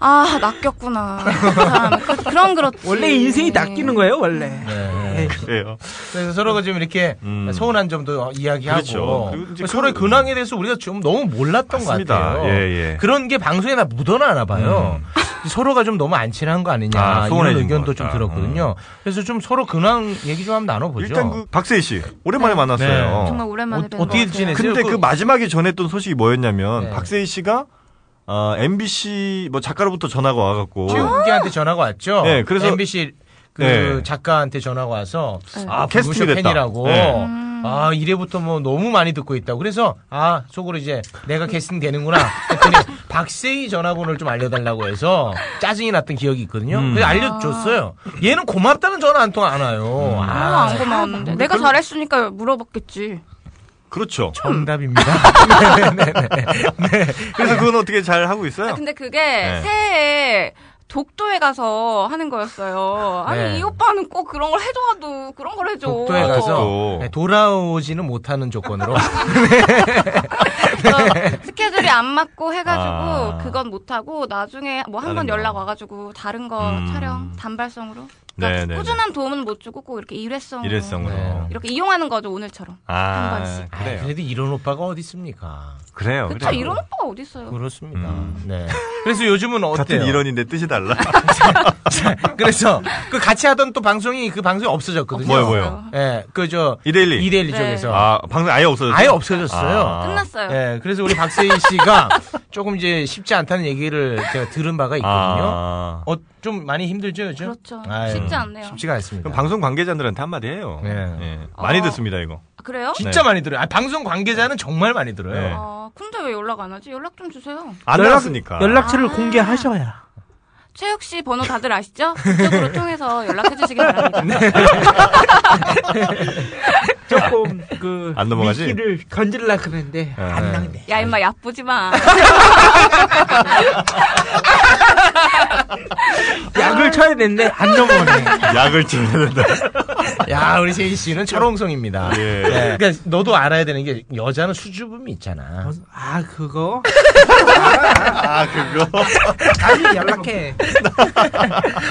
아 낚였구나. 참, 그, 그럼 그렇지. 원래 인생이 낚이는 거예요, 원래. 음. 음. 네. 그래요. 그래서 서로가 지금 이렇게 음. 서운한 점도 그렇죠. 이야기하고 그리고 이제 서로의 그- 근황에 대해서 우리가 좀 너무 몰랐던 맞습니다. 것 같아요. 예, 예. 그런 게 방송에 다 묻어나나 봐요. 서로가 좀 너무 안 친한 거 아니냐 아, 이런 소원해진 의견도 것 좀 같다. 음. 들었거든요. 그래서 좀 서로 근황 얘기 좀 한번 나눠보죠. 일단 그 박세희 씨 오랜만에 만났어요. 네. 정말 오랜만에 뵌 어, 어떻게 것 같아요. 지내세요? 근데 그 마지막에 전했던 소식이 뭐였냐면 네. 박세희 씨가 어, MBC 뭐 작가로부터 전화가 와갖고 최욱이한테 전화가 왔죠. 네, 그래서- MBC 그 네. 작가한테 전화가 와서 아 캐스팅이 캐스팅 됐다. 팬이라고. 네. 아 이래부터 뭐 너무 많이 듣고 있다고. 그래서 아 속으로 이제 내가 캐스팅 되는구나. 했더니 박세희 전화번호를 좀 알려달라고 해서 짜증이 났던 기억이 있거든요. 음. 그래서 알려줬어요. 얘는 고맙다는 전화 한 통 안 와요. 음. 별로 아 안 고마웠는데 내가 잘했으니까 물어봤겠지. 그렇죠. 정답입니다. 그래서 그건 어떻게 잘 하고 있어요? 아, 근데 그게 네. 새해에 독도에 가서 하는 거였어요. 아니 네. 이 오빠는 꼭 그런 걸 해줘도 그런 걸 해줘. 어, 독도에 가서 독도. 네, 돌아오지는 못하는 조건으로 그래서 스케줄이 안 맞고 해가지고 아. 그건 못 하고 나중에 뭐 한 다른 번 거. 연락 와가지고 다른 거 음. 촬영 단발성으로. 네, 그러니까 네, 꾸준한 도움은 못 주고 꼭 이렇게 일회성으로 일회성으로. 네. 이렇게 이용하는 거죠 오늘처럼. 한 아, 번씩. 그래요. 아, 그래도 이런 오빠가 어디 있습니까? 아, 그래요. 그쵸 그래요. 이런 오빠가 어딨어요. 그렇습니다. 음. 네. 그래서 요즘은 어때요? 같은 이론인데 뜻이 달라. 그래서 그 같이 하던 또 방송이 그 방송이 없어졌거든요. 뭐요, 뭐요? 예, 그저 이데일리. 이데일리 네. 쪽에서 아, 방송 아예 없어졌어요. 아예 없어졌어요. 아. 끝났어요. 예, 그래서 우리 박세희 씨가 조금 이제 쉽지 않다는 얘기를 제가 들은 바가 있거든요. 아. 어, 좀 많이 힘들죠, 요즘? 네. 그렇죠. 아유, 쉽지 않네요. 쉽지가 않습니다. 그럼 방송 관계자들한테 한마디 해요. 네. 예. 많이 어. 듣습니다, 이거. 아, 그래요? 진짜 많이 들어요. 아, 방송 관계자는 정말 많이 들어요. 네. 아 근데 왜 연락 안 하지? 연락 좀 주세요. 안 나왔으니까. 연락처를 아. 공개하셔야. 최욱 씨 번호 다들 아시죠? 그쪽으로 통해서 연락해 주시기 바랍니다. 네. 네. 조금 그 안 넘어가지? 미끼를 건질라 그랬는데 예. 안 나네. 야 임마 야쁘지 마. 약을 쳐야 되는데 안 넘어오네. 약을 줘야 된다. 야, 우리 세희 씨는 철옹성입니다. 예. 네, 그러니까 너도 알아야 되는 게 여자는 수줍음이 있잖아. 아 그거 아, 그거. 다시 연락해.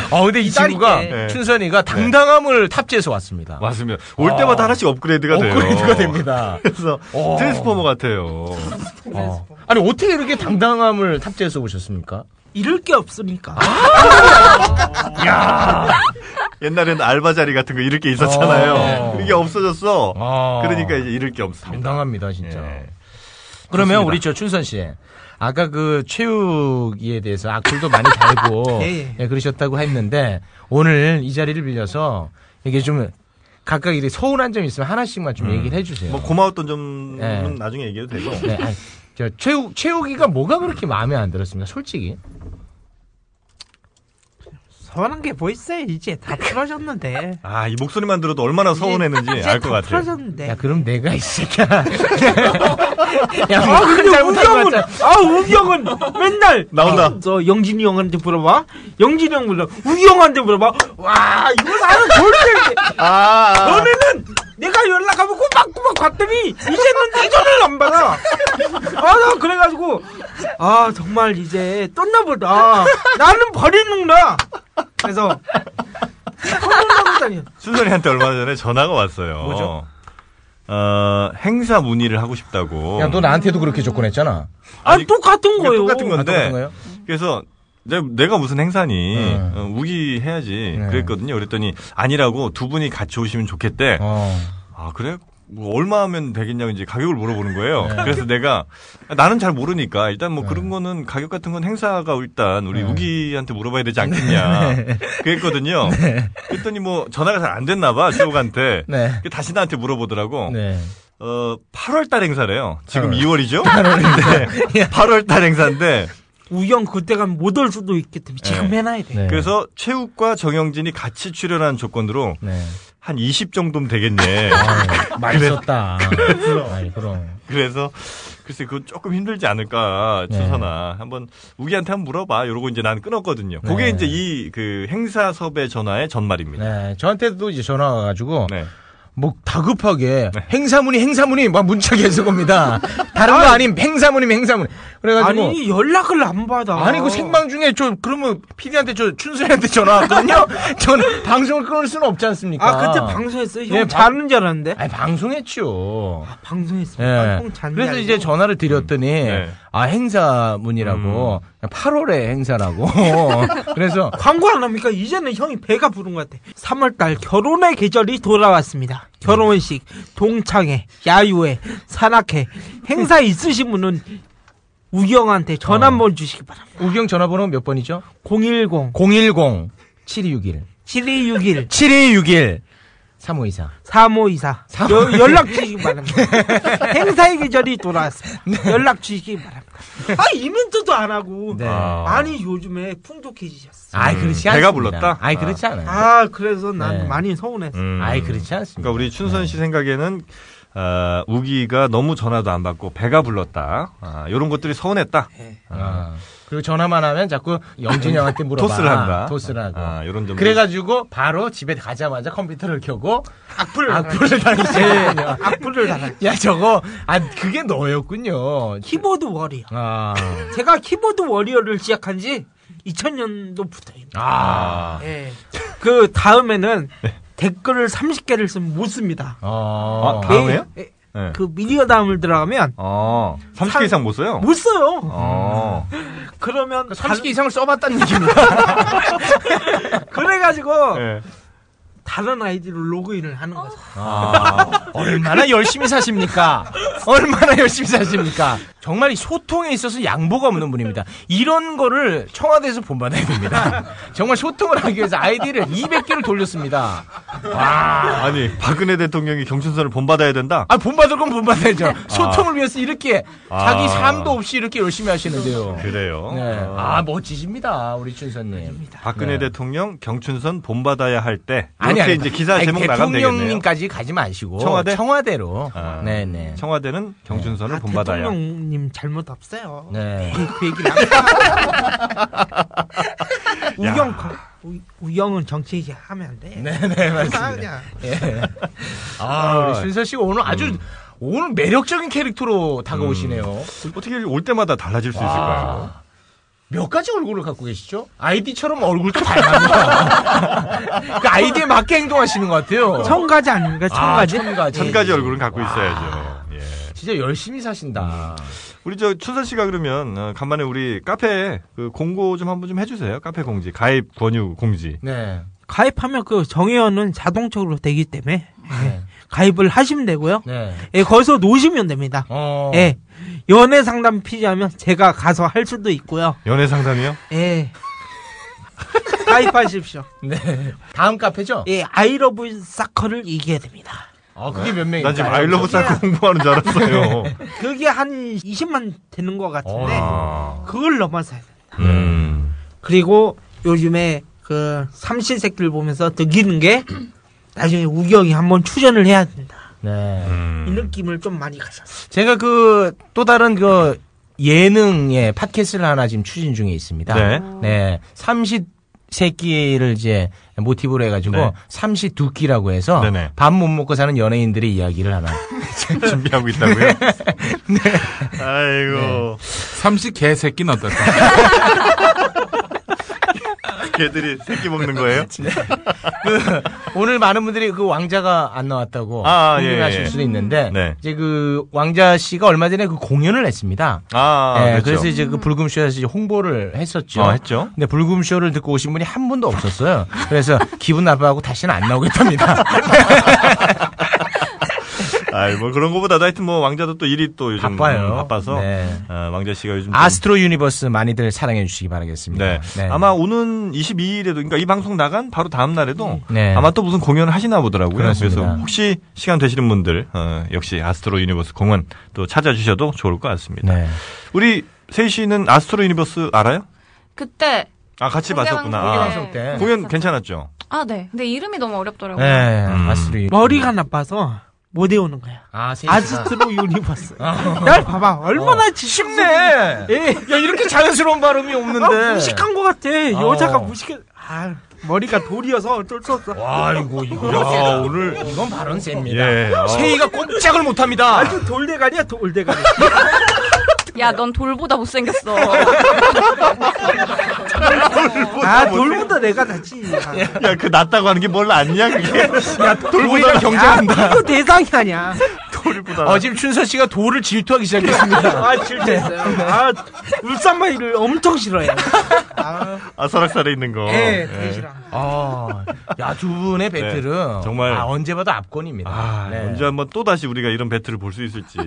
어, 근데 이 친구가 네. 춘선이가 당당함을 탑재해서 왔습니다. 맞습니다. 올 때마다 하나씩 아. 업그레이드가 돼요. 어. 업그레이드가 됩니다. 그래서 오. 트랜스포머 같아요. 어. 아니 어떻게 이렇게 당당함을 탑재해서 오셨습니까? 이럴 게 없으니까. 옛날에는 알바 자리 같은 거 잃을 게 있었잖아요. 어. 이게 없어졌어. 어. 그러니까 이제 잃을 게 없습니다. 당당합니다 진짜. 예. 그러면 좋습니다. 우리 저 춘선 씨 아까 그 최욱이에 대해서 악플도 많이 달고 예, 예. 예, 그러셨다고 했는데 오늘 이 자리를 빌려서 이게 좀 각각 이렇게 서운한 점 있으면 하나씩만 좀 얘기를 해주세요. 뭐 고마웠던 점은 예. 나중에 얘기해도 되고. 네, 아니, 저 최욱 최욱이가 뭐가 그렇게 마음에 안 들었습니까? 솔직히. 서운한 게 뭐 있어요? 이제 다 풀어졌는데. 아, 이 목소리만 들어도 얼마나 서운했는지 이제 알 것 다 같아요. 풀어졌는데. 야 그럼 내가 이 새끼야. 야, 아, 뭐 근데 잘못한 거 우경은, 같잖아. 아, 우경은 맨날. 나온다. 어, 저 영진이 형한테 물어봐. 영진이 형 물어봐. 우경한테 물어봐. 와, 이거 나는 절대. 아, 아, 아. 너네는 내가 연락하면 꼬박꼬박 갔더니, 이제는 내 전화를 안 받아. 아, 나 그래가지고. 아, 정말 이제 떴나보다. 나는 버리는구나. 그래서. 혼돈하고 다녀. 순선이한테 얼마 전에 전화가 왔어요. 뭐죠? 어, 행사 문의를 하고 싶다고. 야, 너 나한테도 그렇게 조건했잖아. 아, 아니, 똑같은 그러니까 거예요. 똑같은 아, 똑같은 건데. 거예요? 그래서 내- 내가 무슨 행사니 네. 어, 우기 해야지 네. 그랬거든요. 그랬더니 아니라고 두 분이 같이 오시면 좋겠대. 어. 아 그래? 뭐 얼마 하면 되겠냐고 이제 가격을 물어보는 거예요. 네. 그래서 내가 나는 잘 모르니까 일단 뭐 그런 거는 가격 같은 건 행사가 일단 네. 우리 우기한테 물어봐야 되지 않겠냐 그랬거든요. 그랬더니 뭐 전화가 잘 안 됐나 봐 주옥한테. 그 네. 다시 나한테 물어보더라고. 네. 어 8월 달 행사래요. 지금 8월. 2월이죠? 8월인데 8월 달 행사인데 우경 그때 가면 못 올 수도 있기 때문에 지금 네. 해놔야 돼. 네. 그래서 최욱과 정영진이 같이 출연한 조건으로 네. 한 20 정도면 되겠네. 아, 많이 썼다. 아이, 예, 그럼. 그래서 글쎄 그건 조금 힘들지 않을까 네. 추선아 한번 우기한테 한번 물어봐 이러고 이제 난 끊었거든요. 그게 네. 이제 이 그 행사 섭외 전화의 전말입니다. 네, 저한테도 이제 전화가 와가지고 네. 뭐 다급하게 행사문이 행사문이 막 문자 계속 옵니다. 다른 거 아님 행사문이면 행사문. 그래가지고 아니, 아니 연락을 안 받아. 그 생방 중에 저 그러면 PD한테 저 춘수한테 전화 왔거든요. 저는 방송을 끊을 수는 없지 않습니까? 아 그때 방송했어. 형 예, 자는 줄 알았는데. 아, 아니 방송했죠. 방송했어. 아, 예. 형 잔. 그래서 이제 전화를 드렸더니 네. 음. 아 행사문이라고 8월에 행사라고. 그래서 광고 안 합니까? 이제는 형이 배가 부른 것 같아. 3월달 결혼의 계절이 돌아왔습니다. 결혼식, 동창회, 야유회, 산악회, 행사 있으신 분은 우경한테 전화 어. 한번 주시기 바랍니다. 우경 전화번호 몇 번이죠? 010 010 7261 7261 7261 3524. 3524 여- 연락 주시기 바랍니다. 행사의 계절이 돌아왔습니다. 연락 주시기 바랍니다. 아 이벤트도 안 하고 네. 아. 많이 요즘에 풍족해지셨어. 아이 음, 그렇지 배가 않습니다. 불렀다? 아이 그렇지 않아요. 아 그래서 난 네. 많이 서운했어. 음. 아이 그렇지 네. 않습니다. 그러니까 우리 춘선 씨 생각에는 아, 우기가 너무 전화도 안 받고 배가 불렀다. 아, 이런 것들이 서운했다. 아. 그리고 전화만 하면 자꾸 영진이 형한테 물어봐. 토스를 한다. 토스를 하고. 아, 이런 점. 그래가지고 바로 집에 가자마자 컴퓨터를 켜고 악플을 악플을 당했지. 네. 악플을 달아요. 야 저거 아 그게 너였군요. 키보드 워리어. 아. 제가 키보드 워리어를 시작한 지 2000년도부터입니다. 아. 예. 그 다음에는 댓글을 30개를 쓰면 못 씁니다. 어. 아, 다음에요? 예, 예, 네. 그 미디어 다음을 들어가면 어, 30개 이상 못 써요. 못 써요. 어, 그러면 그러니까 30개 이상을 써봤다는 얘기입니다. 다- 그래가지고 예. 다른 아이디로 로그인을 하는 거죠. 얼마나 열심히 사십니까? 얼마나 열심히 사십니까? 정말 이 소통에 있어서 양보가 없는 분입니다. 이런 거를 청와대에서 본받아야 됩니다. 정말 소통을 하기 위해서 아이디를 200개를 돌렸습니다. 와. 아니 박근혜 대통령이 경춘선을 본받아야 된다. 아, 본받을 건 본받아야죠. 소통을 위해서 이렇게 아. 자기 삶도 없이 이렇게 열심히 하시는데요. 그래요. 네. 아, 아, 멋지십니다. 우리 춘선님. 박근혜 네. 대통령 경춘선 본받아야 할 때 이렇게 아니, 아니. 이제 기사 아니, 제목 나가면 되겠네요. 대통령님까지 그- 가지 마시고. 청와대? 청와대로. 아. 네네. 청와대는 경춘선을 아, 본받아야. 대통령님 잘못 없어요. 네. 아, 그, 그 얘기를 안 해요. 우경 우, 우경은 정치 얘기 하면 안 돼. 네네, 아, 맞습니다. 그냥. 예. 아, 우리 순서 씨가 오늘 아주 음. 오늘 매력적인 캐릭터로 다가오시네요. 어떻게 올 때마다 달라질 수 아. 있을까요? 몇 가지 얼굴을 갖고 계시죠? 아이디처럼 얼굴도 다양합니다. 그 아이디에 맞게 행동하시는 것 같아요. 청가지 아닙니까? 어. 아, 청가지? 청가지. 천 가지 얼굴은 갖고 음. 있어야죠. 예. 진짜 열심히 사신다. 우리 저 춘선 씨가 그러면 어, 간만에 우리 카페 그 공고 좀 한번 좀 해주세요. 카페 공지 가입 권유 공지. 네. 가입하면 그 정회원은 자동적으로 되기 때문에 네. 가입을 하시면 되고요. 네. 예, 거기서 놓으시면 됩니다. 어. 예. 연애 상담 필요하면 제가 가서 할 수도 있고요. 연애 상담이요? 예. 가입하십시오. 네. 다음 카페죠? 예, 아이러브 사커를 이겨야 됩니다. 아, 그게 몇 명인가요? 난 지금 아이러브 네. 사커 공부하는 줄 알았어요. 그게 한 20만 되는 것 같은데 어. 아, 그걸 넘어서야 돼. 네. 음. 그리고 요즘에 그 삼시세끼를 보면서 느끼는 게 나중에 우경이 한번 출연을 해야 된다. 네. 음. 이 느낌을 좀 많이 가졌어. 제가 그 또 다른 그 예능의 팟캐스트를 하나 지금 추진 중에 있습니다. 네. 삼시 세끼를 이제 모티브로 해가지고 네. 삼시 두 끼라고 해서 네네. 밥 못 먹고 사는 연예인들의 이야기를 하나. 준비하고 있다고요? 네. 아이고 삼시 개새끼는 어떨까? 네. 걔들이 새끼 먹는 거예요? 오늘 많은 분들이 그 왕자가 안 나왔다고 아, 예, 궁금해하실 예. 수도 있는데 네. 이제 그 왕자 씨가 얼마 전에 그 공연을 했습니다. 아 예, 그렇죠. 그래서 이제 그 불금쇼에서 이제 홍보를 했었죠. 아, 했죠. 근데 불금쇼를 듣고 오신 분이 한 분도 없었어요. 그래서 기분 나빠하고 다시는 안 나오겠답니다. 아이 뭐 그런 거보다 하여튼 뭐 왕자도 또 일이 또 요즘 바빠요. 바빠서 네. 어, 왕자 씨가 요즘 좀- 아스트로 유니버스 많이들 사랑해 주시기 바라겠습니다. 네. 아마 오는 22일에도 그러니까 이 방송 나간 바로 다음 날에도 네. 아마 또 무슨 공연을 하시나 보더라고요. 그렇습니다. 그래서 혹시 시간 되시는 분들 어, 역시 아스트로 유니버스 공연 또 찾아주셔도 좋을 것 같습니다. 네. 우리 세희 씨는 아스트로 유니버스 알아요? 그때 아, 같이 봤었구나. 공연 방송 때. 공연 괜찮았죠? 아, 네. 근데 이름이 너무 어렵더라고요. 네, 음. 아스리. 머리가 나빠서 못 외우는 거야. 아, 세이지가. 아스트로 유니버스. 날 봐봐. 얼마나 네. 쉽네. 예. 야, 이렇게 자연스러운 발음이 아, 없는데. 무식한 것 같아. 어. 여자가 무식해. 아, 머리가 돌이어서 어쩔 수 없어. 와, 이거, 이거. 야, 아, 오늘. 이건 발언 셉니다. 예. 어. 세이가 꼼짝을 못 합니다. 아주 돌대가리야, 돌대가리. 어, 야, 넌 돌보다 못생겼어. 아, 돌보다 내가 낫지. 예. 아, 야, 그 낫다고 하는 게 뭘 낫냐, 그게. 야, 돌보다 야, 아, 이거 대상이 아니야. 돌보다. 어, 지금 춘서 씨가 돌을 질투하기 시작했습니다. 아, 질투했어요. 아, 울산마이를 엄청 싫어해. 아, 설악산에 있는 거. 예, 되게 싫어. 아, 야, 두 분의 배틀은. 네, 정말. 아, 언제 봐도 압권입니다. 아, 네. 언제 한번 또 다시 우리가 이런 배틀을 볼 수 있을지.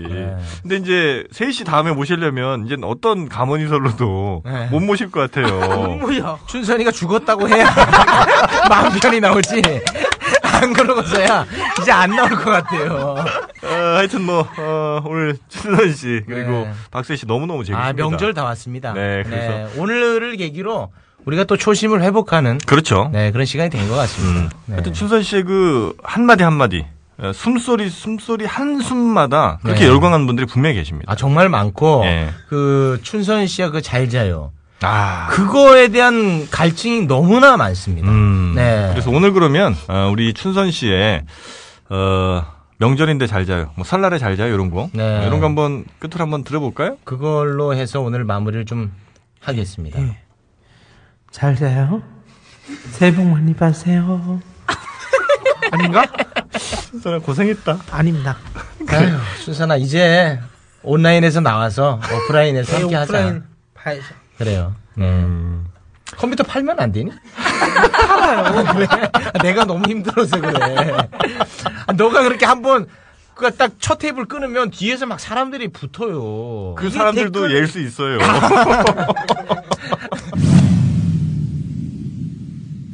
근데 이제 세희씨 다음에 모시려면 이제 어떤 가문이설로도 네. 못 모실 것 어. 같아요. 뭐야. 춘선이가 죽었다고 해야 마음 편히 나오지. 안 그러고서야 이제 안 나올 것 같아요. 어, 하여튼 뭐 어, 오늘 춘선 씨 그리고 네. 박세 씨 너무 너무 재밌습니다. 아, 명절 다 왔습니다. 예, 네, 그래서- 오늘을 계기로 우리가 또 초심을 회복하는 그렇죠. 네, 그런 시간이 된 것 같습니다. 음. 네. 하여튼 춘선 씨의 그 한마디 한마디 어, 숨소리 숨소리 한숨마다 그렇게 네. 열광하는 분들이 분명히 계십니다. 아, 정말 많고, 예. 그, 춘선 씨야 그 잘 자요. 아. 그거에 대한 갈증이 너무나 많습니다. 음. 네. 그래서 오늘 그러면 어, 우리 춘선 씨의 어, 명절인데 잘 자요. 뭐 설날에 잘 자요 이런 거. 네. 이런 거 한번 끝으로 한번 들어볼까요? 그걸로 해서 오늘 마무리를 좀 하겠습니다. 예. 잘 자요. 새해 복 많이 받으세요. 아닌가? 춘선아 고생했다. 아닙니다. 아유, 순산아, 이제 온라인에서 나와서 오프라인에서 예, 함께 하자. 네, 오프라인 봐야죠. 그래요. 네. 음. 컴퓨터 팔면 안 되니? 팔아요. 그래. 아, 내가 너무 힘들어서 그래. 아, 너가 그렇게 한번 그 딱 첫 테이블 끊으면 뒤에서 막 사람들이 붙어요. 그 사람들도 예 옐수 있어요.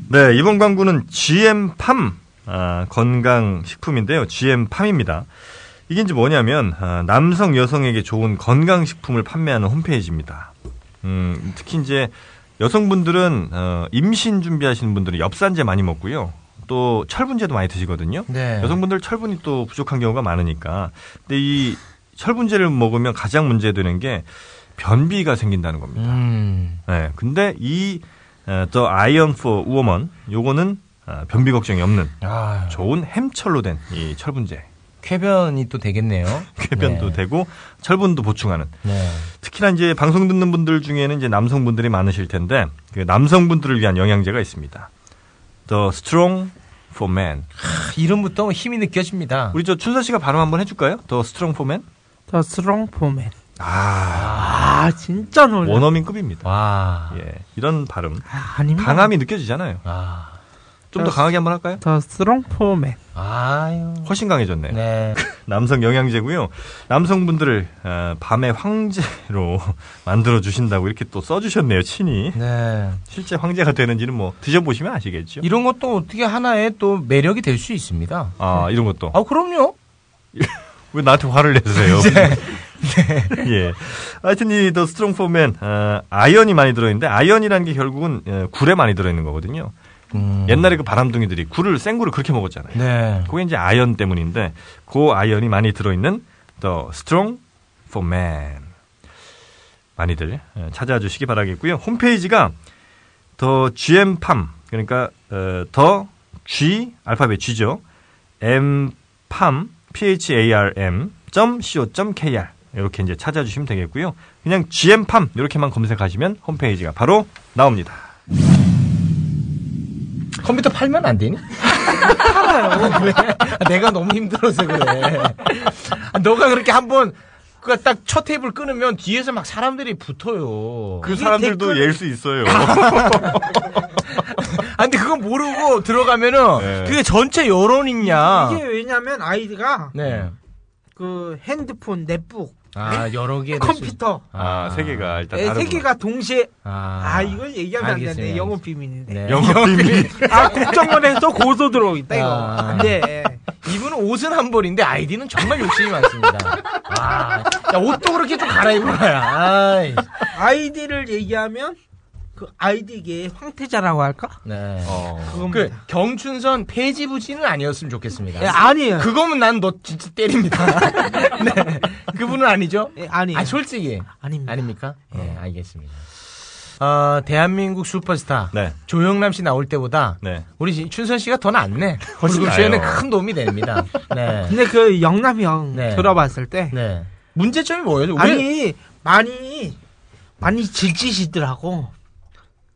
네, 이번 광고는 GM팜 아, 건강 식품인데요. GM팜입니다. 이게 이제 뭐냐면 아, 남성 여성에게 좋은 건강 식품을 판매하는 홈페이지입니다. 음, 특히 이제 여성분들은 어, 임신 준비하시는 분들은 엽산제 많이 먹고요. 또 철분제도 많이 드시거든요. 네. 여성분들 철분이 또 부족한 경우가 많으니까. 근데 이 철분제를 먹으면 가장 문제되는 게 변비가 생긴다는 겁니다. 음. 네, 근데 이 어, The Iron for Woman 요거는 어, 변비 걱정이 없는 아, 좋은 햄철로 된 이 철분제. 쾌변이 또 되겠네요. 쾌변도 네. 되고 철분도 보충하는 네. 특히나 이제 방송 듣는 분들 중에는 이제 남성분들이 많으실 텐데 그 남성분들을 위한 영양제가 있습니다. The Strong for Men. 크, 이름부터 힘이 느껴집니다. 우리 저 춘서 씨가 발음 한번 해줄까요? The Strong for Men. 더 스롱포맨. 아 아, 진짜 네. 놀라. 원어민급입니다. 와. 예, 이런 발음 아, 아닙니다. 강함이 느껴지잖아요. 아. 좀 더 강하게 한번 할까요? 더 스롱포맨. 아유. 훨씬 강해졌네요. 네. 남성 영양제고요. 남성분들을 어, 밤의 황제로 만들어 주신다고 이렇게 또 써주셨네요. 친히 네. 실제 황제가 되는지는 뭐 드셔보시면 아시겠죠. 이런 것도 어떻게 하나의 또 매력이 될 수 있습니다. 아 이런 것도 아, 그럼요. 왜 나한테 화를 내세요? 예. 하여튼 이 더 스트롱 포맨 어, 아연이 많이 들어있는데 아연이라는 게 결국은 어, 굴에 많이 들어있는 거거든요. 음. 옛날에 그 바람둥이들이 굴을 생굴을 그렇게 먹었잖아요. 네. 그게 이제 아연 때문인데 그 아연이 많이 들어있는 The Strong for Man 많이들 예, 찾아와 주시기 바라겠고요. 홈페이지가 더 GM팜 그러니까 더 G 알파벳 G죠. mpam pharm co kr 이렇게 이제 찾아주시면 되겠고요. 그냥 gmpam 이렇게만 검색하시면 홈페이지가 바로 나옵니다. 컴퓨터 팔면 안 되니? 팔아요. 그래. 아, 내가 너무 힘들어서 그래. 아, 너가 그렇게 한번 그 딱 첫 테이블 끊으면 뒤에서 막 사람들이 붙어요. 그 사람들도 옐수 있어요. 아 근데 그거 모르고 들어가면은 네. 그게 전체 여론이냐? 이게 왜냐면 아이디가 네. 그 핸드폰, 넷북, 아 여러 개 컴퓨터. 아, 세 개가 일단 네, 세 다르구나. 개가 동시에 아, 아, 이걸 얘기하면 안 알겠어요, 되는데 알겠어요. 영업 비밀인데. 네. 영업 비밀. 아 국정원에서 고소 들어오겠다 이거. 아. 근데 이분은 옷은 한 벌인데 아이디는 정말 욕심이 많습니다. 아, 야, 옷도 그렇게 좀 갈아입어라. 아이. 아이디를 얘기하면 그 아이디계 황태자라고 할까? 네. 어. 그 그겁니다. 경춘선 폐지 부진은 아니었으면 좋겠습니다. 예, 아니에요. 그거면 난 너 진짜 때립니다. 네. 그분은 아니죠? 예, 아니에요. 아, 솔직히. 아닙니다. 아닙니까? 예, 알겠습니다. 어, 대한민국 슈퍼스타 네. 조영남 씨 나올 때보다 네. 우리 지- 춘선 씨가 더 낫네. 훨씬 얼굴 표현에 나아요. 큰 도움이 됩니다. 네. 근데 그 영남 형 네. 들어봤을 때 네. 문제점이 뭐예요? 왜- 아니 많이 많이 질지시더라고.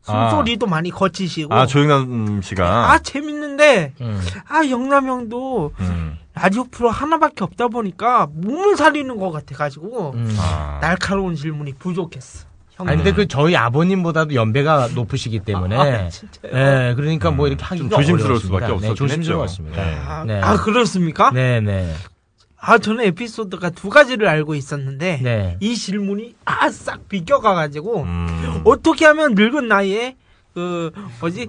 아. 숨소리도 많이 거치시고. 아 조영남 씨가 아, 재밌는데 음. 아 영남 형도 음. 라디오 프로 하나밖에 없다 보니까 몸을 사리는 것 같아 가지고 음. 아. 날카로운 질문이 부족했어. 형. 아니, 근데 그 저희 아버님보다도 연배가 높으시기 때문에. 아, 진짜요? 네, 그러니까 뭐 이렇게 하기가 좀 조심스러울 어려웠습니다. 수밖에 네, 없었긴 조심스러웠습니다. 했죠. 네. 아, 네. 아, 그렇습니까? 네, 네. 아 저는 에피소드가 두 가지를 알고 있었는데 네. 이 질문이 아 싹 비껴가가지고 음. 어떻게 하면 늙은 나이에 그 뭐지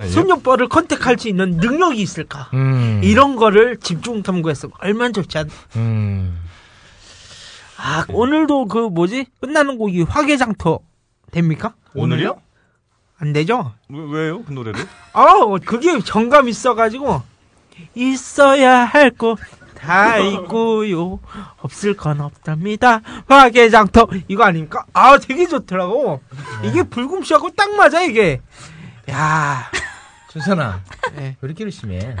아니요. 손녀뻘을 컨택할 수 있는 능력이 있을까? 음. 이런 거를 집중 탐구했어. 얼마나 좋지 않? 음. 아 네. 오늘도 그 뭐지 끝나는 곡이 화개장터 됩니까? 오늘이요? 안 되죠? 왜, 왜요? 그 노래를? 아 그게 정감 있어가지고 있어야 할 거 다 있고요 없을 건 없답니다 화개장터 이거 아닙니까? 아 되게 좋더라고 네. 이게 불금쇼하고 딱 맞아 이게 야 준선아, 네. 왜 이렇게 열심히 해?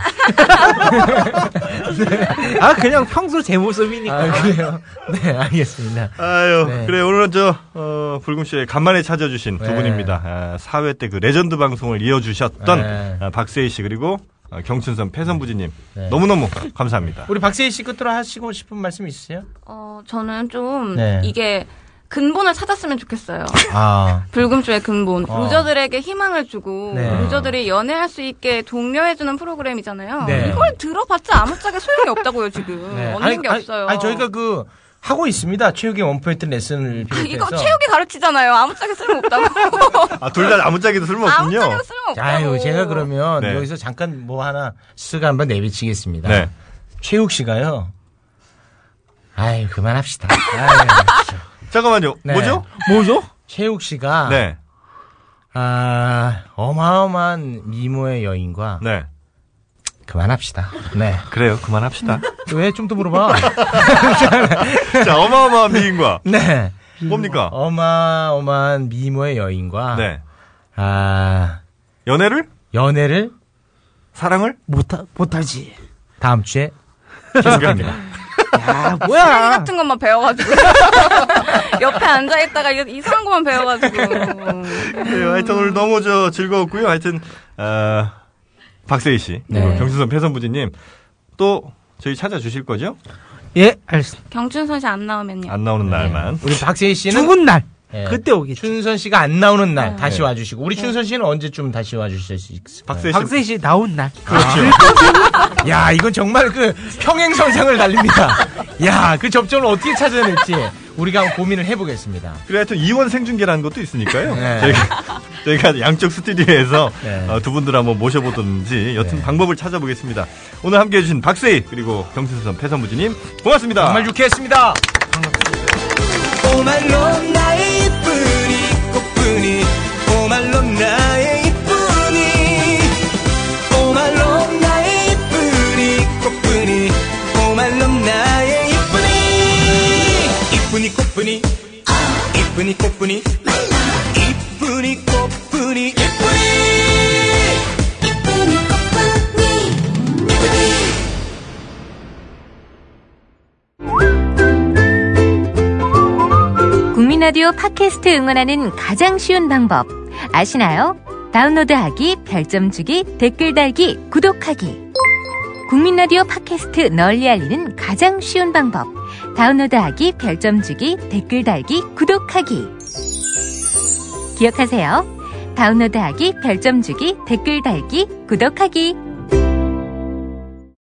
아 그냥 평소 제 모습이니까 아, 그래요? 네, 알겠습니다. 아유, 네. 그래 오늘은 저 어, 불금 씨의 간만에 찾아주신 두 네. 분입니다. 아, 사회 때 그 레전드 방송을 이어주셨던 네. 아, 박세희 씨 그리고 아, 경춘선 패선부지님 네. 너무 너무 감사합니다. 우리 박세희 씨 끝으로 하시고 싶은 말씀 있으세요? 어, 저는 좀 네. 이게 근본을 찾았으면 좋겠어요. 아, 불금쇼의 근본. 어. 유저들에게 희망을 주고 네. 유저들이 연애할 수 있게 독려해주는 프로그램이잖아요. 네. 이걸 들어봤자 아무짝에 소용이 음, 없다고요 지금. 얻는 게 없어요. 아니, 저희가 그, 하고 있습니다. 체육의 원포인트 레슨을 아, 비롯해서. 이거 체육이 가르치잖아요. 아무짝에 쓸모없다고. 아, 둘 다 아무짝에도 쓸모없군요. 아무짝에도 쓸모없다고. 아유, 제가 그러면 네. 여기서 잠깐 뭐 하나 스가 한번 내비치겠습니다. 네. 최욱 씨가요. 아유, 그만합시다. 아유, 진짜. 잠깐만요. 네. 뭐죠? 뭐죠? 최욱 씨가 네. 아, 어마어마한 미모의 여인과 네. 그만합시다. 네. 그래요. 그만합시다. 왜 좀 더 물어봐? 자, 어마어마한 미인과 네. 어. 뭡니까? 어마어마한 미모의 여인과 네. 아, 연애를? 연애를 사랑을? 못하, 못하지 다음 주에 계속합니다. 야 쓰레기 뭐야 같은 것만 배워가지고 옆에 앉아있다가 이- 이상한 것만 배워가지고 그래요. 네, 하여튼 오늘 너무 저 즐거웠고요. 하여튼 어, 박세희 씨, 네. 그리고 경순선 패선부지님 또 저희 찾아주실 거죠? 예 알겠습니다 경춘선 씨 안 나오면요. 안 네. 나오는 날만. 우리 박세희 씨는 죽은 날 예. 그때 오겠지 춘선 씨가 안 나오는 날 다시 네. 와주시고 우리 춘선 씨는 언제쯤 다시 와주실 수 있을까요? 박세희 씨. 그렇죠. 박세희 씨 나온 날 아, 네. 야 이건 정말 그 평행선상을 달립니다. 야 그 접점을 어떻게 찾아낼지 우리가 한번 고민을 해보겠습니다. 그래 하여튼 이원 생중계라는 것도 있으니까요. 네. 저희가, 저희가 양쪽 스튜디오에서 네. 어, 두 분들 한번 모셔보든지 여튼 네. 방법을 찾아보겠습니다. 오늘 함께해 주신 박세희 그리고 경춘선 패선부지님 고맙습니다. 정말 유쾌했습니다. 오말론 나의 이쁜이 꽃뿐이 오말론 나의 이쁜이 오말론 나의 이쁜이 꽃뿐이 예. 오말론 나의 이쁜이 이쁜이 꽃뿐이 이쁜이 꽃뿐이 이쁜이 꽃뿐이 이쁜이 이쁜이 꽃뿐이 이쁜이 국민라디오 팟캐스트 응원하는 가장 쉬운 방법 아시나요? 다운로드하기, 별점 주기, 댓글 달기, 구독하기. 국민라디오 팟캐스트 널리 알리는 가장 쉬운 방법 다운로드하기, 별점 주기, 댓글 달기, 구독하기. 기억하세요. 다운로드하기, 별점 주기, 댓글 달기, 구독하기.